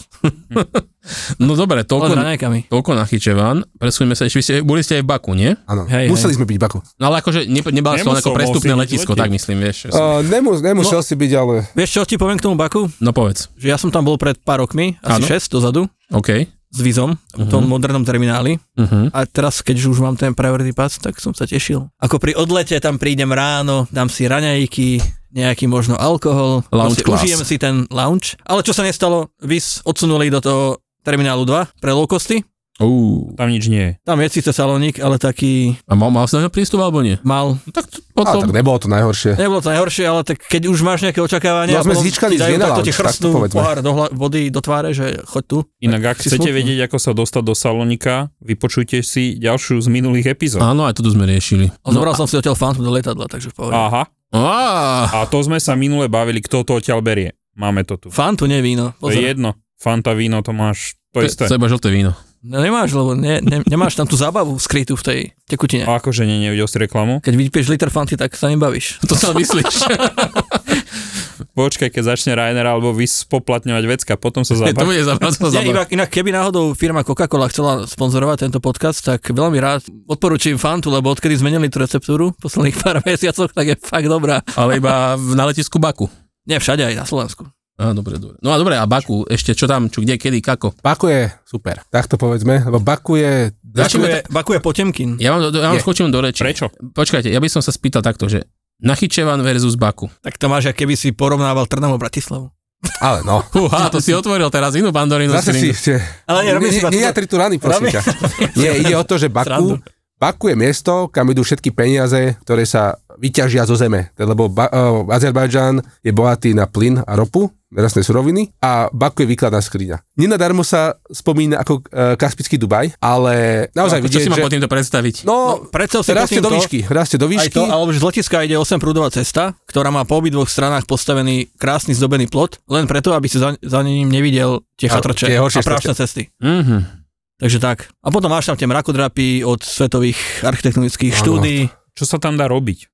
[SPEAKER 4] No dobre,
[SPEAKER 6] Ale s
[SPEAKER 4] toľko,
[SPEAKER 6] raňajkami.
[SPEAKER 4] toľko na Chyčevan. Presúňme sa, ešte vy ste, boli ste aj v Baku, nie?
[SPEAKER 5] Áno,
[SPEAKER 6] Hej,
[SPEAKER 5] museli sme byť baku.
[SPEAKER 4] No ale akože ne, nebali ste len ako
[SPEAKER 7] Nemusel,
[SPEAKER 4] prestupné
[SPEAKER 7] mohol si ísť
[SPEAKER 4] letisko,
[SPEAKER 7] letieť.
[SPEAKER 4] tak myslím, vieš. že som-
[SPEAKER 5] Uh, nemus, nemusel si byť, ale...
[SPEAKER 6] Vieš, čo ti poviem k tomu Baku?
[SPEAKER 4] No povedz,
[SPEAKER 6] Že ja som tam bol pred pár rokmi,
[SPEAKER 4] Áno.
[SPEAKER 6] asi 6 dozadu,
[SPEAKER 4] OK.
[SPEAKER 6] s Vizom, v
[SPEAKER 5] Mhm.
[SPEAKER 6] tom modernom termináli.
[SPEAKER 4] Uh-huh.
[SPEAKER 6] A teraz, keď už mám ten priority pass, tak som sa tešil. Ako pri odlete tam prídem ráno, dám si raňajky, nejaký možno alkohol,
[SPEAKER 4] Lounge
[SPEAKER 6] proste
[SPEAKER 4] class.
[SPEAKER 6] užijem si ten lounge. Ale čo sa nestalo, Viz odsunuli do toho terminálu 2 pre low costy.
[SPEAKER 4] Uh.
[SPEAKER 7] Tam nič nie je.
[SPEAKER 6] Tam je síce salónik, ale taký
[SPEAKER 4] A mal, mal si na ňo prístup alebo nie?
[SPEAKER 6] mal.
[SPEAKER 4] No tak t-
[SPEAKER 5] Á, tak
[SPEAKER 4] potom...
[SPEAKER 5] nebolo to najhoršie.
[SPEAKER 6] Nebolo to najhoršie, ale tak keď už máš nejaké očakávania,
[SPEAKER 5] No, sme
[SPEAKER 6] potom
[SPEAKER 5] zvyčkaní
[SPEAKER 6] ti dajú
[SPEAKER 5] z Vienna
[SPEAKER 6] takto
[SPEAKER 5] Lounge,
[SPEAKER 6] ti
[SPEAKER 5] tak to
[SPEAKER 6] chrstnú
[SPEAKER 5] povedzme.
[SPEAKER 6] pohár do hla- vody do tváre, že choď tu.
[SPEAKER 7] Inak, ak
[SPEAKER 6] si
[SPEAKER 7] chcete
[SPEAKER 6] smutný.
[SPEAKER 7] vedieť, ako sa dostať do Salonika, vypočujte si ďalšiu z minulých epizód.
[SPEAKER 4] Áno, aj toto sme riešili. No.
[SPEAKER 6] A
[SPEAKER 5] No
[SPEAKER 6] zobral som si odtiaľ fantu do lietadla, takže v pohode.
[SPEAKER 7] Aha.
[SPEAKER 4] Á,
[SPEAKER 7] A to sme sa minule bavili, kto to odtiaľ berie. Máme to tu.
[SPEAKER 6] Fantu nie víno.
[SPEAKER 7] To je
[SPEAKER 6] Pozor.
[SPEAKER 7] jedno. Fanta, víno, to máš to
[SPEAKER 4] to
[SPEAKER 7] isté.
[SPEAKER 4] je iba žlté víno.
[SPEAKER 6] No nemáš, lebo ne, ne, nemáš tam tú zábavu skrytú v tej tekutine.
[SPEAKER 7] A akože nie, nevidel si reklamu?
[SPEAKER 6] Keď vypiješ liter fanty, tak sa nebavíš.
[SPEAKER 4] To sa myslíš.
[SPEAKER 7] Počkaj, keď začne Rainer alebo Vis poplatňovať vecka, potom sa
[SPEAKER 4] to
[SPEAKER 7] zabaví.
[SPEAKER 4] bude zabavné.
[SPEAKER 6] Ja iba, inak keby náhodou firma Coca-Cola chcela sponzorovať tento podcast, tak veľmi rád odporúčim Fantu, lebo odkedy zmenili tú receptúru v posledných pár mesiacoch, tak je fakt dobrá.
[SPEAKER 4] Ale iba v- na letisku Baku.
[SPEAKER 6] Nie všade aj na Slovensku.
[SPEAKER 4] Á, dobre, dobre. No a dobre, a Baku, ešte čo tam, čo, kde, kedy, kako?
[SPEAKER 5] Baku je super. Tak to povedzme, lebo Baku je...
[SPEAKER 6] Baku
[SPEAKER 4] Začneme
[SPEAKER 6] je, Baku je Potemkin.
[SPEAKER 4] Ja vám, ja vám
[SPEAKER 5] Je.
[SPEAKER 4] skočím do reči.
[SPEAKER 7] Prečo?
[SPEAKER 4] Počkajte, ja by som sa spýtal takto, že Nachyčevan versus Baku.
[SPEAKER 6] Tak to máš, ako keby si porovnával Trnavo Bratislavu.
[SPEAKER 5] Ale no.
[SPEAKER 4] Uha, to si otvoril teraz inú pandorinu.
[SPEAKER 5] Zase si... ste-
[SPEAKER 6] Ale nie, robí si
[SPEAKER 5] Nie,
[SPEAKER 6] iba
[SPEAKER 5] nie, ja
[SPEAKER 6] toto.
[SPEAKER 5] tri tu rany, prosím
[SPEAKER 6] Robí-
[SPEAKER 5] ťa. Nie, ide o to, že Baku, Baku je miesto, kam idú všetky peniaze, ktoré sa vyťažia zo zeme. Teda, Lebo ba- uh, Azerbajdžan je bohatý na plyn a ropu, nerastné suroviny a Baku je výkladná skriňa. Nenadarmo sa spomína ako uh, Kaspický Dubaj, ale
[SPEAKER 4] No,
[SPEAKER 5] naozaj
[SPEAKER 4] Ako, čo
[SPEAKER 5] vidieť,
[SPEAKER 4] si mám
[SPEAKER 5] že...
[SPEAKER 4] pod týmto predstaviť?
[SPEAKER 5] No,
[SPEAKER 6] No, predstav si
[SPEAKER 5] rastie
[SPEAKER 6] prosím
[SPEAKER 5] do
[SPEAKER 6] to,
[SPEAKER 5] výšky, rastie do
[SPEAKER 6] Aj
[SPEAKER 5] výšky.
[SPEAKER 6] to, alebo že z letiska ide 8 prúdová cesta, ktorá má po obidvoch stranách postavený krásny zdobený plot, len preto, aby si za, za ním nevidel tie
[SPEAKER 5] A-
[SPEAKER 6] chatrče
[SPEAKER 5] tie
[SPEAKER 6] a,
[SPEAKER 5] horšie
[SPEAKER 6] prášne cesty.
[SPEAKER 4] Mhm.
[SPEAKER 6] Takže tak. A potom máš tam tie mrakodrapy od svetových architektonických
[SPEAKER 5] Áno.
[SPEAKER 6] štúdí,
[SPEAKER 7] Čo sa tam dá robiť?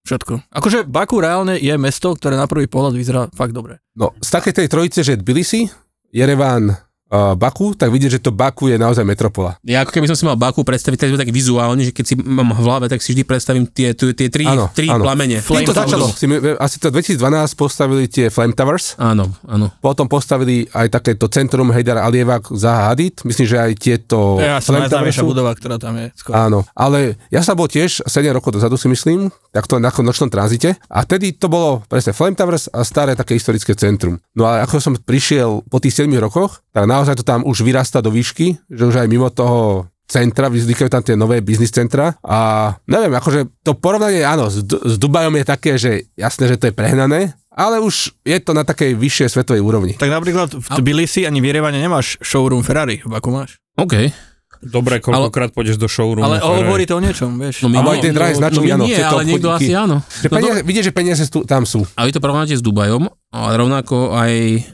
[SPEAKER 6] všetko. Akože Baku reálne je mesto, ktoré na prvý pohľad vyzerá fakt dobre.
[SPEAKER 5] No, z takej tej trojice, že Tbilisi, Jerevan, uh, Baku, tak vidieť, že to Baku je naozaj metropola.
[SPEAKER 4] Ja ako keby som si mal Baku predstaviť tak, tak vizuálne, že keď si mám v hlave, tak si vždy predstavím tie, tu- tie tri,
[SPEAKER 5] Áno,
[SPEAKER 4] tri
[SPEAKER 5] áno.
[SPEAKER 4] plamene.
[SPEAKER 5] Tým to začalo. Si mi- Asi to 2012 postavili tie Flame Towers.
[SPEAKER 4] Áno, áno.
[SPEAKER 5] Potom postavili aj takéto centrum Hejdar Alieva za Hadid. Myslím, že aj tieto...
[SPEAKER 6] To je asi
[SPEAKER 5] Flame
[SPEAKER 6] najznámejšia
[SPEAKER 5] Towersu.
[SPEAKER 6] budova, ktorá tam je. Skoro.
[SPEAKER 5] Áno, ale ja som tam bol tiež 7 rokov dozadu si myslím, takto na nočnom tranzite a vtedy to bolo presne Flame Towers a staré také historické centrum. No ale ako som prišiel po tých 7 rokoch, tak naozaj to tam už vyrasta do výšky, že už aj mimo toho centra, vznikajú tam tie nové biznis centra a neviem, akože to porovnanie, áno, s, D- s Dubajom je také, že jasné, že to je prehnané, Ale už je to na takej vyššej svetovej úrovni.
[SPEAKER 6] Tak napríklad v Tbilisi ani v Jerevane nemáš showroom Ferrari, v Baku máš.
[SPEAKER 4] OK.
[SPEAKER 7] Dobre, koľkokrát pôjdeš do showroomu.
[SPEAKER 6] Ale
[SPEAKER 7] Ferrari.
[SPEAKER 6] hovorí to o niečom, vieš.
[SPEAKER 5] Alebo aj tie drahé značky,
[SPEAKER 4] no, my
[SPEAKER 5] áno,
[SPEAKER 4] nie,
[SPEAKER 5] tieto
[SPEAKER 4] ale niekto
[SPEAKER 5] obchodníky.
[SPEAKER 4] asi áno. No
[SPEAKER 5] Že
[SPEAKER 6] no
[SPEAKER 5] peniaze, vidíš, že peniaze tu, tam sú.
[SPEAKER 4] A vy to porovnáte s Dubajom, ale rovnako aj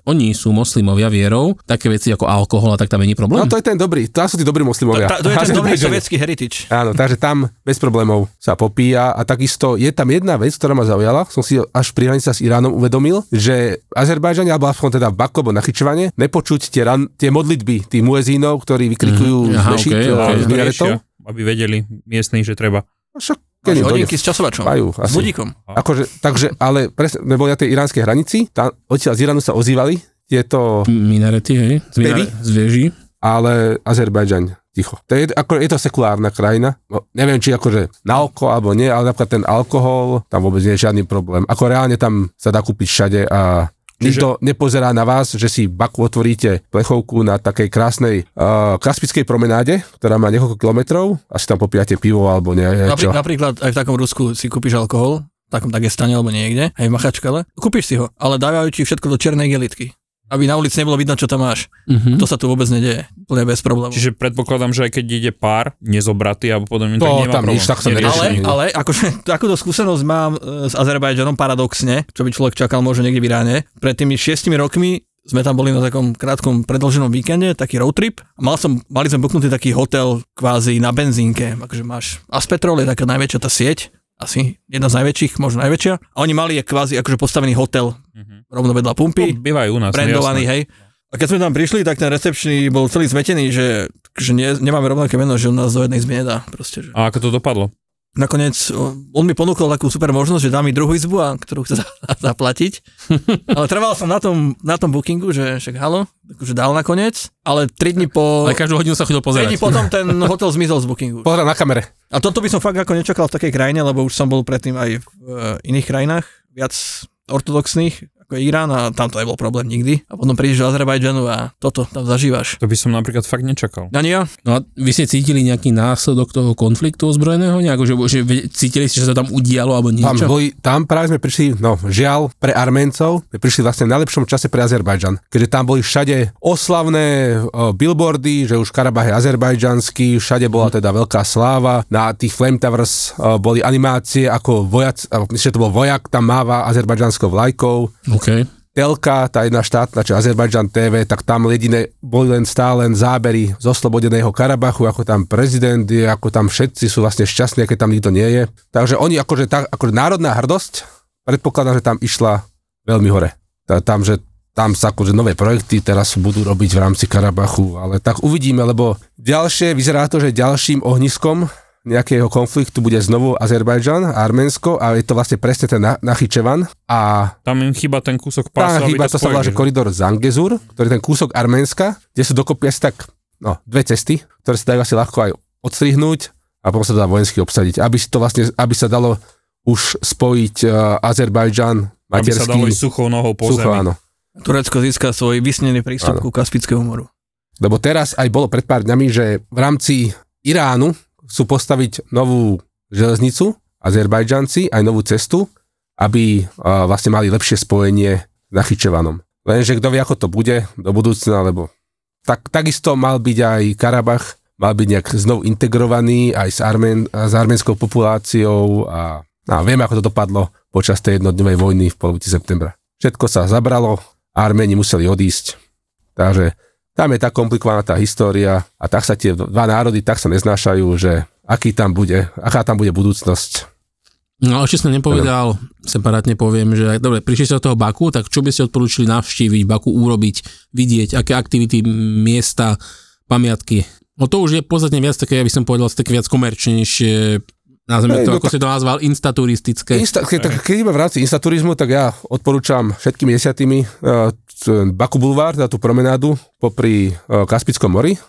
[SPEAKER 4] oni sú moslimovia vierou, také veci ako alkohol a tak tam není problém.
[SPEAKER 5] No to je ten dobrý, to sú tí dobrí
[SPEAKER 6] To,
[SPEAKER 5] moslimovia.
[SPEAKER 6] tá, to je ten dobrý
[SPEAKER 5] Azerbajdžane.
[SPEAKER 6] sovietský heritage.
[SPEAKER 5] Áno, takže tam bez problémov sa popíja a takisto je tam jedna vec, ktorá ma zaujala, som si až pri hranici s Iránom uvedomil, že Azerbajžania, alebo aspoň teda v Baku, alebo na Chyčevane, nepočuť tie, ran, tie modlitby tých muezínov, ktorí vykrikujú
[SPEAKER 4] Mhm,
[SPEAKER 5] mm,
[SPEAKER 4] aha,
[SPEAKER 5] z mešít,
[SPEAKER 4] okej,
[SPEAKER 5] okay,
[SPEAKER 4] okej.
[SPEAKER 5] okay,
[SPEAKER 7] Ale
[SPEAKER 5] z minaretov.
[SPEAKER 7] riešia, aby vedeli miestni, že treba.
[SPEAKER 5] A Však,
[SPEAKER 6] Máš
[SPEAKER 5] keď im to
[SPEAKER 6] hodinky s časovačom.
[SPEAKER 5] Majú,
[SPEAKER 6] S
[SPEAKER 5] asi.
[SPEAKER 6] budíkom.
[SPEAKER 5] Akože, takže, ale presne, sme boli na tej iránskej hranici, tam, odtiaľ z Iránu sa ozývali tieto,
[SPEAKER 4] Minarety, hej? Z,
[SPEAKER 5] Pevy?
[SPEAKER 4] minare- z vieží.
[SPEAKER 5] ale Azerbajdžan, ticho. To je, ako, je to sekulárna krajina, no, neviem, či akože na oko, alebo nie, ale napríklad ten alkohol, tam vôbec nie je žiadny problém. Ako reálne tam sa dá kúpiť všade a Nikto nepozerá na vás, že si v Baku otvoríte plechovku na takej krásnej uh, Kaspickej promenáde, ktorá má niekoľko kilometrov a si tam popíjate pivo alebo nie.
[SPEAKER 6] Naprí,
[SPEAKER 5] Čo.
[SPEAKER 6] napríklad aj v takom Rusku si kúpiš alkohol, v takom Dagestane alebo niekde, aj v Machačkale, kúpiš si ho, ale dávajú ti všetko do černej gelitky. Aby na ulici nebolo vidno, čo tam máš.
[SPEAKER 4] Mhm.
[SPEAKER 6] To sa tu vôbec nedeje. Úplne bez problémov.
[SPEAKER 7] Čiže predpokladám, že aj keď ide pár nezobratý alebo podobne, tak
[SPEAKER 5] To
[SPEAKER 7] nemá
[SPEAKER 5] tam
[SPEAKER 7] problém.
[SPEAKER 5] nič, tak sa
[SPEAKER 7] Nerieši.
[SPEAKER 5] nerieši.
[SPEAKER 6] ale, ale akože, takúto skúsenosť mám e, s Azerbajdžanom paradoxne, čo by človek čakal možno niekde v Iráne. Pred tými šiestimi rokmi sme tam boli na takom krátkom predlženom víkende, taký road trip. A Mal som, mali sme buknutý taký hotel kvázi na benzínke. Akože máš Aspetrol, je taká najväčšia tá sieť, asi jedna z najväčších, možno najväčšia. A oni mali je kvázi akože postavený hotel
[SPEAKER 7] Mhm.
[SPEAKER 6] rovno vedľa pumpy
[SPEAKER 7] No, bývajú u nás,
[SPEAKER 6] brandovaný,
[SPEAKER 7] jasné.
[SPEAKER 6] hej. A keď sme tam prišli, tak ten recepčný bol celý zmetený, že, že nie, nemáme rovnaké meno, že on nás do jednej zmieny dá. Proste, že.
[SPEAKER 7] A ako to dopadlo?
[SPEAKER 6] Nakoniec o, on mi ponúkol takú super možnosť, že dá mi druhú izbu, a ktorú chce za, zaplatiť. Ale trval som na tom, na tom bookingu, že však halo, že dal nakoniec, ale 3 dní po...
[SPEAKER 4] Ale každú hodinu sa chodil
[SPEAKER 6] Tri
[SPEAKER 4] pozerať.
[SPEAKER 6] dní potom ten hotel zmizol z bookingu.
[SPEAKER 5] Pozerám na kamere.
[SPEAKER 6] A toto by som fakt ako nečakal v takej krajine, lebo už som bol predtým aj v e, iných krajinách, viac ortodoxných, ako je Irán a tam to nebol problém nikdy. A potom prídeš do Azerbajdžanu a toto tam zažívaš.
[SPEAKER 7] To by som napríklad fakt nečakal.
[SPEAKER 6] Ani ja?
[SPEAKER 4] No a vy ste cítili nejaký následok toho konfliktu ozbrojeného? Nejako, že, že ve- cítili ste, že sa tam udialo alebo
[SPEAKER 5] Tam,
[SPEAKER 4] niečo?
[SPEAKER 5] boli, tam práve sme prišli, no žiaľ, pre Arméncov, sme prišli vlastne v najlepšom čase pre Azerbajdžan, keďže tam boli všade oslavné o, billboardy, že už Karabach je azerbajdžanský, všade bola teda veľká sláva, na tých Flame Towers o, boli animácie, ako vojac, o, myslím, že to bol vojak, tam máva azerbajdžanskou vlajkou,
[SPEAKER 4] OK.
[SPEAKER 5] telka, tá jedna štátna, či Azerbajdžan TV, tak tam jediné boli len stále len zábery z oslobodeného Karabachu, ako tam prezident je, ako tam všetci sú vlastne šťastní, keď tam nikto nie je. Takže oni akože, tá, akože národná hrdosť, predpokladám, že tam išla veľmi hore. Tá- Tam, že tam sa akože nové projekty teraz budú robiť v rámci Karabachu, ale tak uvidíme, lebo ďalšie, vyzerá to, že ďalším ohniskom nejakého konfliktu bude znovu Azerbajdžan a Arménsko a je to vlastne presne ten Na- Nachyčevan a
[SPEAKER 7] Tam im chýba ten kúsok pásu,
[SPEAKER 5] tá
[SPEAKER 7] aby
[SPEAKER 5] chyba, to, sa volá, že
[SPEAKER 7] spojili,
[SPEAKER 5] koridor Zangezur, ktorý je ten kúsok Arménska, kde sú dokopy asi tak, no, dve cesty, ktoré sa dajú asi ľahko aj odstrihnúť a potom sa dá vojensky obsadiť, aby, si to vlastne, aby sa dalo už spojiť uh, Azerbajdžan
[SPEAKER 7] aby sa
[SPEAKER 5] materským
[SPEAKER 7] dalo ísť suchou nohou po
[SPEAKER 5] sucho,
[SPEAKER 7] zemi.
[SPEAKER 5] áno.
[SPEAKER 6] Turecko získa svoj vysnený prístup ku Kaspickému moru.
[SPEAKER 5] Lebo teraz aj bolo pred pár dňami, že v rámci Iránu chcú postaviť novú železnicu, Azerbajdžanci, aj novú cestu, aby a, vlastne mali lepšie spojenie s Nachyčevanom. Lenže kto vie, ako to bude do budúcna, lebo tak, takisto mal byť aj Karabach, mal byť nejak znovu integrovaný aj s, Armen, a s arménskou populáciou a, a vieme, ako to dopadlo počas tej jednodňovej vojny v polovici septembra. Všetko sa zabralo, Arméni museli odísť, takže tam je tak komplikovaná tá história a tak sa tie dva národy tak sa neznášajú, že aký tam bude, aká tam bude budúcnosť.
[SPEAKER 4] No ale ešte som nepovedal, separátne poviem, že dobre, prišli ste do toho Baku, tak čo by ste odporúčili navštíviť, Baku urobiť, vidieť, aké aktivity, miesta, pamiatky. No to už je podstatne viac také, ja by som povedal, také viac komerčnejšie, nazveme
[SPEAKER 5] Hej,
[SPEAKER 4] to,
[SPEAKER 5] no
[SPEAKER 4] ako
[SPEAKER 5] tak-
[SPEAKER 4] si to nazval, instaturistické.
[SPEAKER 5] Insta, keď, tak, keď ideme v rámci instaturizmu, tak ja odporúčam všetkými desiatými uh, Baku Bulvár, teda tú promenádu popri uh, Kaspickom mori.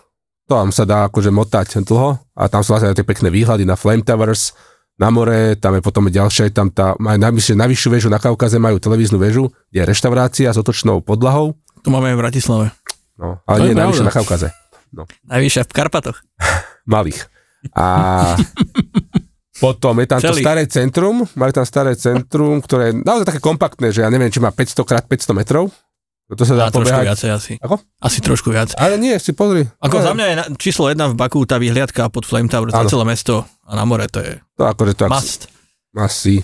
[SPEAKER 5] Tam sa dá akože motať dlho a tam sú vlastne aj tie pekné výhľady na Flame Towers, na more, tam je potom ďalšie, tam tá, majú najvyššiu, najvyššiu väžu na Kaukaze, majú televíznu väžu, kde je reštaurácia s otočnou podlahou,
[SPEAKER 6] Tu máme aj v Bratislave.
[SPEAKER 5] no,
[SPEAKER 4] To
[SPEAKER 5] ale
[SPEAKER 4] je
[SPEAKER 5] nie najvyššia
[SPEAKER 4] pravda.
[SPEAKER 5] na Kaukaze.
[SPEAKER 6] Najvyššia v Karpatoch.
[SPEAKER 5] malých. A Potom je tam to
[SPEAKER 6] Celý.
[SPEAKER 5] staré centrum, majú tam staré centrum, ktoré je naozaj také kompaktné, že ja neviem, či má 500 x 500 metrov. No To sa dá
[SPEAKER 6] A trošku
[SPEAKER 5] pobehať.
[SPEAKER 6] viacej asi.
[SPEAKER 5] Ako?
[SPEAKER 6] Asi trošku viac.
[SPEAKER 5] Ale nie, si pozri.
[SPEAKER 6] Ako
[SPEAKER 5] To je-
[SPEAKER 6] za mňa je na, číslo jedna v Baku tá vyhliadka pod Flame Tower za
[SPEAKER 5] Áno.
[SPEAKER 6] celé mesto a na more to je
[SPEAKER 5] To akože to asi.
[SPEAKER 6] must.
[SPEAKER 5] Asi.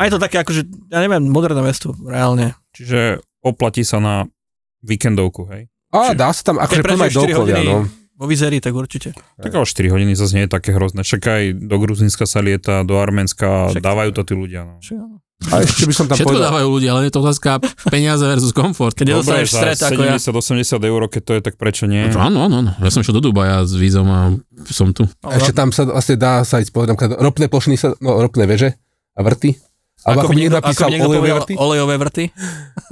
[SPEAKER 6] A je to také akože, ja neviem, moderné mesto, reálne.
[SPEAKER 7] Čiže oplatí sa na víkendovku, hej?
[SPEAKER 5] A
[SPEAKER 6] Čiže-
[SPEAKER 5] dá sa tam akože
[SPEAKER 6] Keď
[SPEAKER 5] plno aj
[SPEAKER 6] prejdeš 4
[SPEAKER 5] dokolia,
[SPEAKER 6] hodiny
[SPEAKER 5] no.
[SPEAKER 6] vo vyzerí, tak určite.
[SPEAKER 7] Tak ale 4 hodiny sa nie je také hrozné. Však aj do Gruzinska sa lieta, do Arménska,
[SPEAKER 6] Však-
[SPEAKER 7] dávajú to tí ľudia. No.
[SPEAKER 6] Čo? áno.
[SPEAKER 5] A ešte by som tam
[SPEAKER 4] Všetko
[SPEAKER 5] povedal,
[SPEAKER 4] dávajú ľudia, len je to otázka peniaze versus komfort.
[SPEAKER 6] Keď
[SPEAKER 7] Dobre,
[SPEAKER 6] nedostaneš
[SPEAKER 7] za
[SPEAKER 6] stret ako ja.
[SPEAKER 7] 70-80 eur, keď to je, tak prečo nie?
[SPEAKER 4] No, áno, áno, áno. Ja som išiel do Dubaja s vízom a som tu.
[SPEAKER 5] ešte
[SPEAKER 6] no.
[SPEAKER 5] tam sa vlastne dá sa ísť povedať, napríklad ropné plošiny sa, no ropné veže a vrty. Alebo ako, by niekto napísal
[SPEAKER 6] by niekto
[SPEAKER 5] olejové
[SPEAKER 6] povedal,
[SPEAKER 5] vrty.
[SPEAKER 6] olejové vrty.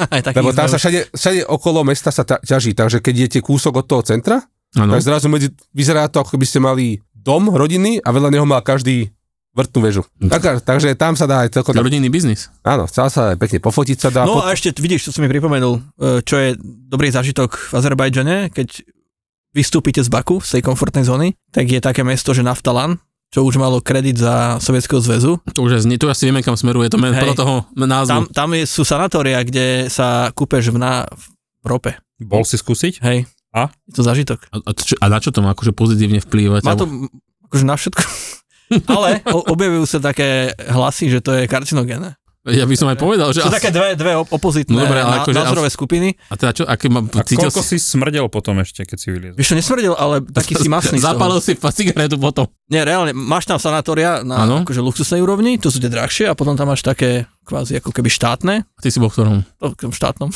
[SPEAKER 6] Aj takých
[SPEAKER 5] Lebo tam
[SPEAKER 6] sme
[SPEAKER 5] sa
[SPEAKER 6] už.
[SPEAKER 5] všade, všade okolo mesta sa ta- ťaží, takže keď idete kúsok od toho centra,
[SPEAKER 4] Áno.
[SPEAKER 5] tak zrazu medzi, vyzerá to, ako by ste mali dom rodiny a vedľa neho mal každý vrtnú väžu.
[SPEAKER 4] No.
[SPEAKER 5] Tak, takže tam sa dá aj celkom... Tak,
[SPEAKER 4] Rodinný biznis.
[SPEAKER 5] áno, chcel sa aj pekne pofotiť sa dá.
[SPEAKER 6] No
[SPEAKER 5] No,
[SPEAKER 6] a ešte, vidíš, čo si mi pripomenul, e, čo je dobrý zážitok v Azerbajdžane, keď vystúpite z Baku, z tej komfortnej zóny, tak je také mesto, že Naftalan, čo už malo kredit za Sovietskeho zväzu.
[SPEAKER 4] To už, je, znie- to asi vieme, kam smeruje. To men,
[SPEAKER 6] Hej.
[SPEAKER 4] podľa toho
[SPEAKER 6] Tam,
[SPEAKER 4] názvu.
[SPEAKER 6] tam je, sú sanatória, kde sa kúpeš v, na, v rope.
[SPEAKER 7] Bol si skúsiť?
[SPEAKER 6] Hej.
[SPEAKER 7] A?
[SPEAKER 6] Je to zážitok.
[SPEAKER 4] A, a, čo- a na čo to má akože pozitívne vplývať?
[SPEAKER 6] Má to
[SPEAKER 4] Alebo-
[SPEAKER 6] m- akože na všetko. Ale o- objavujú sa také hlasy, že to je karcinogénne.
[SPEAKER 4] Ja by som aj povedal, že...
[SPEAKER 6] Sú také
[SPEAKER 4] Asi,
[SPEAKER 6] dve, dve op- opozitné
[SPEAKER 4] No
[SPEAKER 6] no,
[SPEAKER 4] dobre,
[SPEAKER 6] dobré,
[SPEAKER 4] ale
[SPEAKER 6] ale
[SPEAKER 4] akože
[SPEAKER 6] akože názorové skupiny.
[SPEAKER 4] a teda čo, aké mám...
[SPEAKER 7] A
[SPEAKER 4] Cítil
[SPEAKER 7] koľko
[SPEAKER 4] si...
[SPEAKER 7] si smrdel potom ešte, keď si vyliezol?
[SPEAKER 6] Vieš, to nesmrdil, ale taký si masný. z toho.
[SPEAKER 4] Zapálil si fa- cigaretu potom.
[SPEAKER 6] Nie, reálne, máš tam sanatória na
[SPEAKER 4] Áno.
[SPEAKER 6] akože luxusnej úrovni, to sú tie drahšie a potom tam máš také kvázi ako keby štátne,
[SPEAKER 4] A ty si bol v ktorom?
[SPEAKER 6] to v tom štátnom.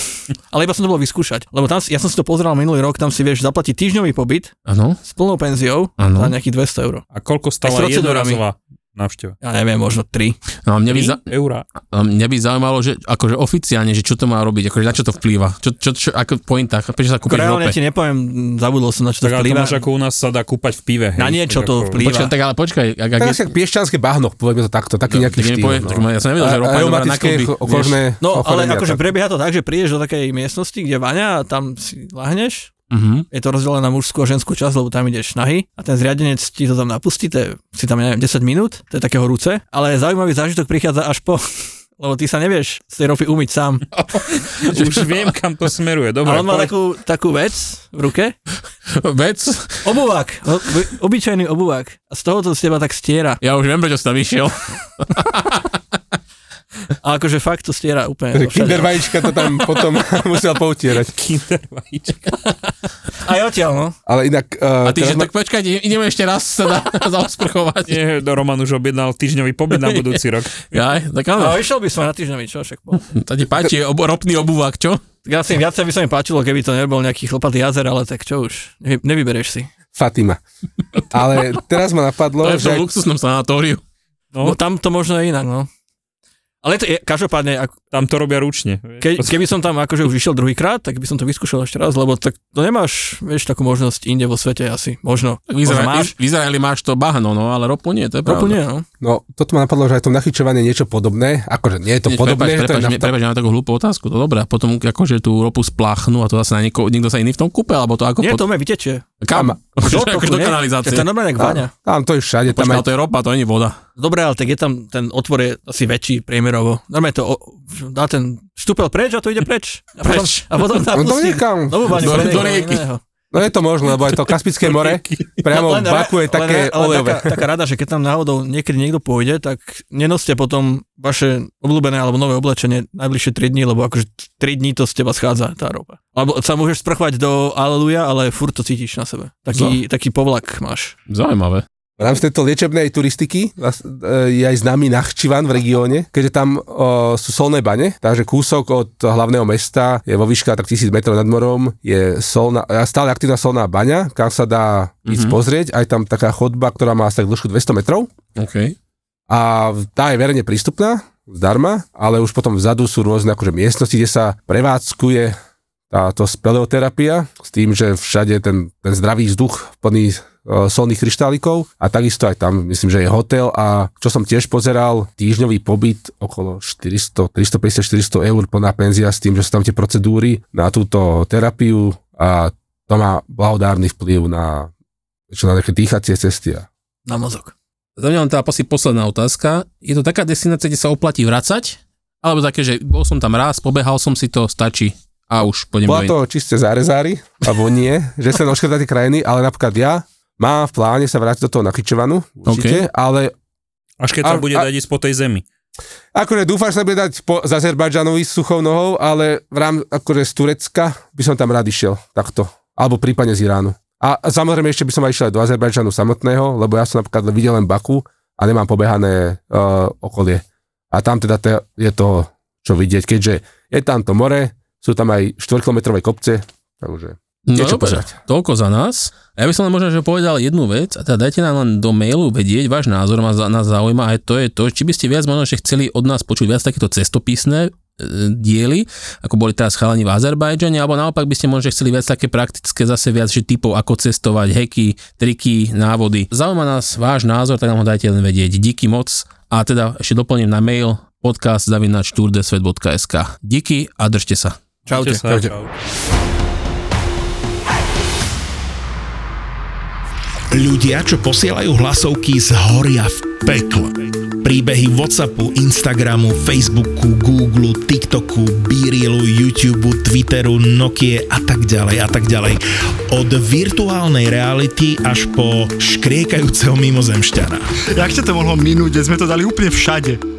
[SPEAKER 6] Ale iba som to bol vyskúšať, lebo tam, si- ja som si to pozeral minulý rok, tam si vieš zaplatiť týždňový pobyt
[SPEAKER 4] Áno.
[SPEAKER 6] s plnou penziou
[SPEAKER 4] Áno.
[SPEAKER 6] za nejakých 200 eur.
[SPEAKER 7] A
[SPEAKER 6] Tak
[SPEAKER 7] koľko
[SPEAKER 6] s
[SPEAKER 7] stala
[SPEAKER 6] procedúrami.
[SPEAKER 7] jednorazová návšteva?
[SPEAKER 6] Ja neviem, možno 3.
[SPEAKER 4] No, a mňa by, za,
[SPEAKER 7] 3 eurá.
[SPEAKER 4] a mňa by zaujímalo, že akože oficiálne, že čo to má robiť, akože na čo to vplýva, čo, čo, čo ako pointa, prečo sa kúpiš v rope.
[SPEAKER 6] Reálne ti nepoviem, m, zabudol som na čo to
[SPEAKER 7] Tak ale to
[SPEAKER 6] vplýva.
[SPEAKER 7] máš ako u nás sa dá kúpať v pive. Hej.
[SPEAKER 6] Na niečo
[SPEAKER 7] Tak
[SPEAKER 6] to
[SPEAKER 7] ako-
[SPEAKER 6] vplýva.
[SPEAKER 4] Počkaj, tak ale počkaj, ak, ak
[SPEAKER 5] tak
[SPEAKER 4] je,
[SPEAKER 5] však piešťanské bahno, povedzme to takto,
[SPEAKER 6] Eh,
[SPEAKER 5] taký
[SPEAKER 4] No,
[SPEAKER 5] nejaký
[SPEAKER 4] tak mi
[SPEAKER 5] štýl. no.
[SPEAKER 4] povie- tak ma- ja som nevedel, že ropa je dobrá na
[SPEAKER 5] Aromatické
[SPEAKER 4] klby.
[SPEAKER 5] ch- okožné
[SPEAKER 6] No, ale
[SPEAKER 5] ochorenia,
[SPEAKER 6] akože
[SPEAKER 5] tak.
[SPEAKER 6] prebieha to tak, že prídeš do takej miestnosti, kde vaňa a tam si lahneš,
[SPEAKER 4] Mhm.
[SPEAKER 6] je to rozdelené na mužskú a ženskú časť, lebo tam ideš nahy a ten zriadenec ti to tam napustí, to je, si tam, ja neviem, 10 minút, to je také horúce, ale zaujímavý zážitok prichádza až po lebo ty sa nevieš z tej ropy umyť sám.
[SPEAKER 7] Už viem, kam to smeruje. Dobre,
[SPEAKER 6] Ale on má
[SPEAKER 7] povedz-
[SPEAKER 6] takú, takú vec v ruke.
[SPEAKER 4] Vec,
[SPEAKER 6] Obuvák. No, vy- Obyčajný obuvák. A z toho to z teba tak stiera.
[SPEAKER 4] ja už viem, prečo si tam išiel.
[SPEAKER 6] A akože fakt to stiera úplne.
[SPEAKER 5] Takže
[SPEAKER 6] zo všade.
[SPEAKER 5] Kinder vajíčka to tam potom musel poutierať.
[SPEAKER 7] Kinder vajíčka.
[SPEAKER 6] Aj odtiaľ, no.
[SPEAKER 5] Ale inak... Uh,
[SPEAKER 4] A ty, že tak počkaj, ide- ideme ešte raz sa na, zaosprchovať.
[SPEAKER 7] Nie, Roman už objednal týždňový pobyt na budúci rok.
[SPEAKER 4] Jaj, tak áno,
[SPEAKER 6] Ale No, išiel by som aj na týždňový, čo však po.
[SPEAKER 4] to ti páči, ob, ropný obuvák, čo?
[SPEAKER 6] Tak asi viacej by sa mi páčilo, keby to nebol nejaký chlopatý jazer, ale tak čo už, nevy, nevybereš si.
[SPEAKER 5] Fatima. Ale teraz ma napadlo,
[SPEAKER 4] To je v
[SPEAKER 5] že...
[SPEAKER 4] tom luxusnom sanatóriu.
[SPEAKER 6] No, tam to možno je inak, no. Ale to je, každopádne, ak-
[SPEAKER 7] Tam to robia ručne. vieš.
[SPEAKER 6] ke,
[SPEAKER 7] To sa-
[SPEAKER 6] keby som tam akože už išiel druhýkrát, tak by som to vyskúšal ešte raz, lebo tak to nemáš, vieš, takú možnosť inde vo svete asi, možno.
[SPEAKER 4] V Izraeli,
[SPEAKER 6] možno máš,
[SPEAKER 4] v Izraeli máš to bahno, no ale ropu nie, to je pravda.
[SPEAKER 6] ropu nie, no.
[SPEAKER 5] No, toto ma napadlo, že aj to nachyčovanie je niečo podobné. Akože nie je to
[SPEAKER 4] Nie,
[SPEAKER 5] podobné,
[SPEAKER 4] prepáč,
[SPEAKER 5] že to je
[SPEAKER 4] prepáč, mi-
[SPEAKER 5] nafta.
[SPEAKER 4] prepáč, ja mám takú hlúpu otázku, to dobré. A potom akože tú ropu spláchnu a to zase na nieko, niekto sa iný v tom kúpe, alebo to ako...
[SPEAKER 6] Nie,
[SPEAKER 4] pod-
[SPEAKER 6] to me vytečie.
[SPEAKER 4] kam?
[SPEAKER 6] Do
[SPEAKER 4] Akože, akože
[SPEAKER 6] toku,
[SPEAKER 4] do
[SPEAKER 6] nie?
[SPEAKER 4] kanalizácie.
[SPEAKER 6] To je normálne jak vaňa.
[SPEAKER 5] Tam to je všade, tam
[SPEAKER 4] Počkaj,
[SPEAKER 5] aj
[SPEAKER 4] ale to je ropa, to nie je voda.
[SPEAKER 6] Dobre, ale tak je tam, ten otvor je asi väčší priemerovo. Normálne to o, dá ten štúpel preč a to ide preč. A potom,
[SPEAKER 4] Preč.
[SPEAKER 6] a potom tam
[SPEAKER 5] No to
[SPEAKER 6] pustí
[SPEAKER 5] niekam.
[SPEAKER 6] novú vaňu
[SPEAKER 4] Do- do
[SPEAKER 6] pre niekoho
[SPEAKER 4] rieky.
[SPEAKER 6] iného.
[SPEAKER 5] No je to možné, lebo aj to Kaspické more, priamo v
[SPEAKER 6] re-
[SPEAKER 5] Baku je také
[SPEAKER 6] len, ale
[SPEAKER 5] olejové.
[SPEAKER 6] taká, taká rada, že keď tam náhodou niekedy niekto pôjde, tak nenoste potom vaše obľúbené alebo nové oblečenie najbližšie 3 dní, lebo akože 3 dní to z teba schádza tá ropa. Alebo sa môžeš sprchovať do aleluja, ale furt to cítiš na sebe. Taký, taký povlak máš.
[SPEAKER 4] Zaujímavé.
[SPEAKER 5] V rámci tejto liečebnej turistiky vlast- e, je aj známy Nachčivan v regióne, keďže tam o, sú solné bane, takže kúsok od hlavného mesta je vo výška tak 1000 metrov nad morom, je solná, a stále aktívna solná baňa, kam sa dá ísť
[SPEAKER 4] Mhm.
[SPEAKER 5] pozrieť, aj tam taká chodba, ktorá má asi tak dĺžku 200 metrov
[SPEAKER 4] OK.
[SPEAKER 5] a tá je verejne prístupná, zdarma, ale už potom vzadu sú rôzne akože miestnosti, kde sa prevádzkuje táto speleoterapia s tým, že všade ten, ten zdravý vzduch plný e, solných kryštálikov a takisto aj tam myslím, že je hotel a čo som tiež pozeral, týždňový pobyt okolo 400, 350-400 eur plná penzia s tým, že sú tam tie procedúry na túto terapiu a to má blahodárny vplyv na, čo na nejaké dýchacie cesty a
[SPEAKER 6] Na mozog.
[SPEAKER 4] Za mňa len tá asi posledná otázka. Je to taká destinácia, kde sa oplatí vracať? Alebo také, že bol som tam raz, pobehal som si to, stačí a už pôjdem
[SPEAKER 5] Bola
[SPEAKER 4] do
[SPEAKER 5] to čiste zárezári, alebo nie, že sa oškrtá tie krajiny, ale napríklad ja mám v pláne sa vrátiť do toho Nachyčevanu, určite, ale
[SPEAKER 7] Až keď sa
[SPEAKER 5] A-
[SPEAKER 7] bude
[SPEAKER 5] a-
[SPEAKER 7] dať ísť po tej zemi.
[SPEAKER 5] akože dúfam, že sa bude dať po, z Azerbajdžanovi s suchou nohou, ale v rám, akože z Turecka by som tam rád išiel takto, alebo prípadne z Iránu. A a samozrejme ešte by som aj išiel aj do Azerbajdžanu samotného, lebo ja som napríklad videl len Baku a nemám pobehané uh, okolie. A tam teda te, je to, čo vidieť, keďže je tam to more, sú tam aj 4-kilometrové kopce, takže...
[SPEAKER 4] No
[SPEAKER 5] Niečo
[SPEAKER 4] dobre,
[SPEAKER 5] pozerať.
[SPEAKER 4] toľko za nás. A Ja by som len možno že povedal jednu vec, a teda dajte nám len do mailu vedieť, váš názor ma za, nás zaujíma, aj to je to, či by ste viac možno že chceli od nás počuť viac takéto cestopisné e, diely, ako boli teraz chalani v Azerbajdžane, alebo naopak by ste možno že chceli viac také praktické, zase viac že typov, ako cestovať, heky, triky, návody. Zaujíma nás váš názor, tak nám ho dajte len vedieť. Díky moc a teda ešte doplním na mail podcast Díky a držte sa.
[SPEAKER 6] Čaute.
[SPEAKER 7] Čau,
[SPEAKER 6] Čaute.
[SPEAKER 7] čau.
[SPEAKER 2] Ľudia, čo posielajú hlasovky, zhoria v pekle. Príbehy Whatsappu, Instagramu, Facebooku, Google, TikToku, Beerilu, YouTube, Twitteru, Nokie a tak ďalej a tak ďalej. Od virtuálnej reality až po škriekajúceho mimozemšťana.
[SPEAKER 8] Jak ste to mohlo minúť, sme to dali úplne všade.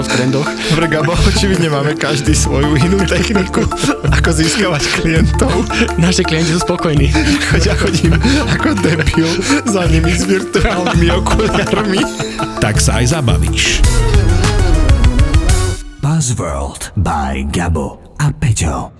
[SPEAKER 9] v trendoch.
[SPEAKER 10] Dobre, Gabo, očividne máme každý svoju inú techniku, ako získavať klientov.
[SPEAKER 9] Naši klienti sú spokojní.
[SPEAKER 10] Choď, ja chodím ako debil za nimi s virtuálnymi okuliarmi.
[SPEAKER 2] tak sa aj zabavíš.
[SPEAKER 11] Buzzworld by Gabo a Peťo.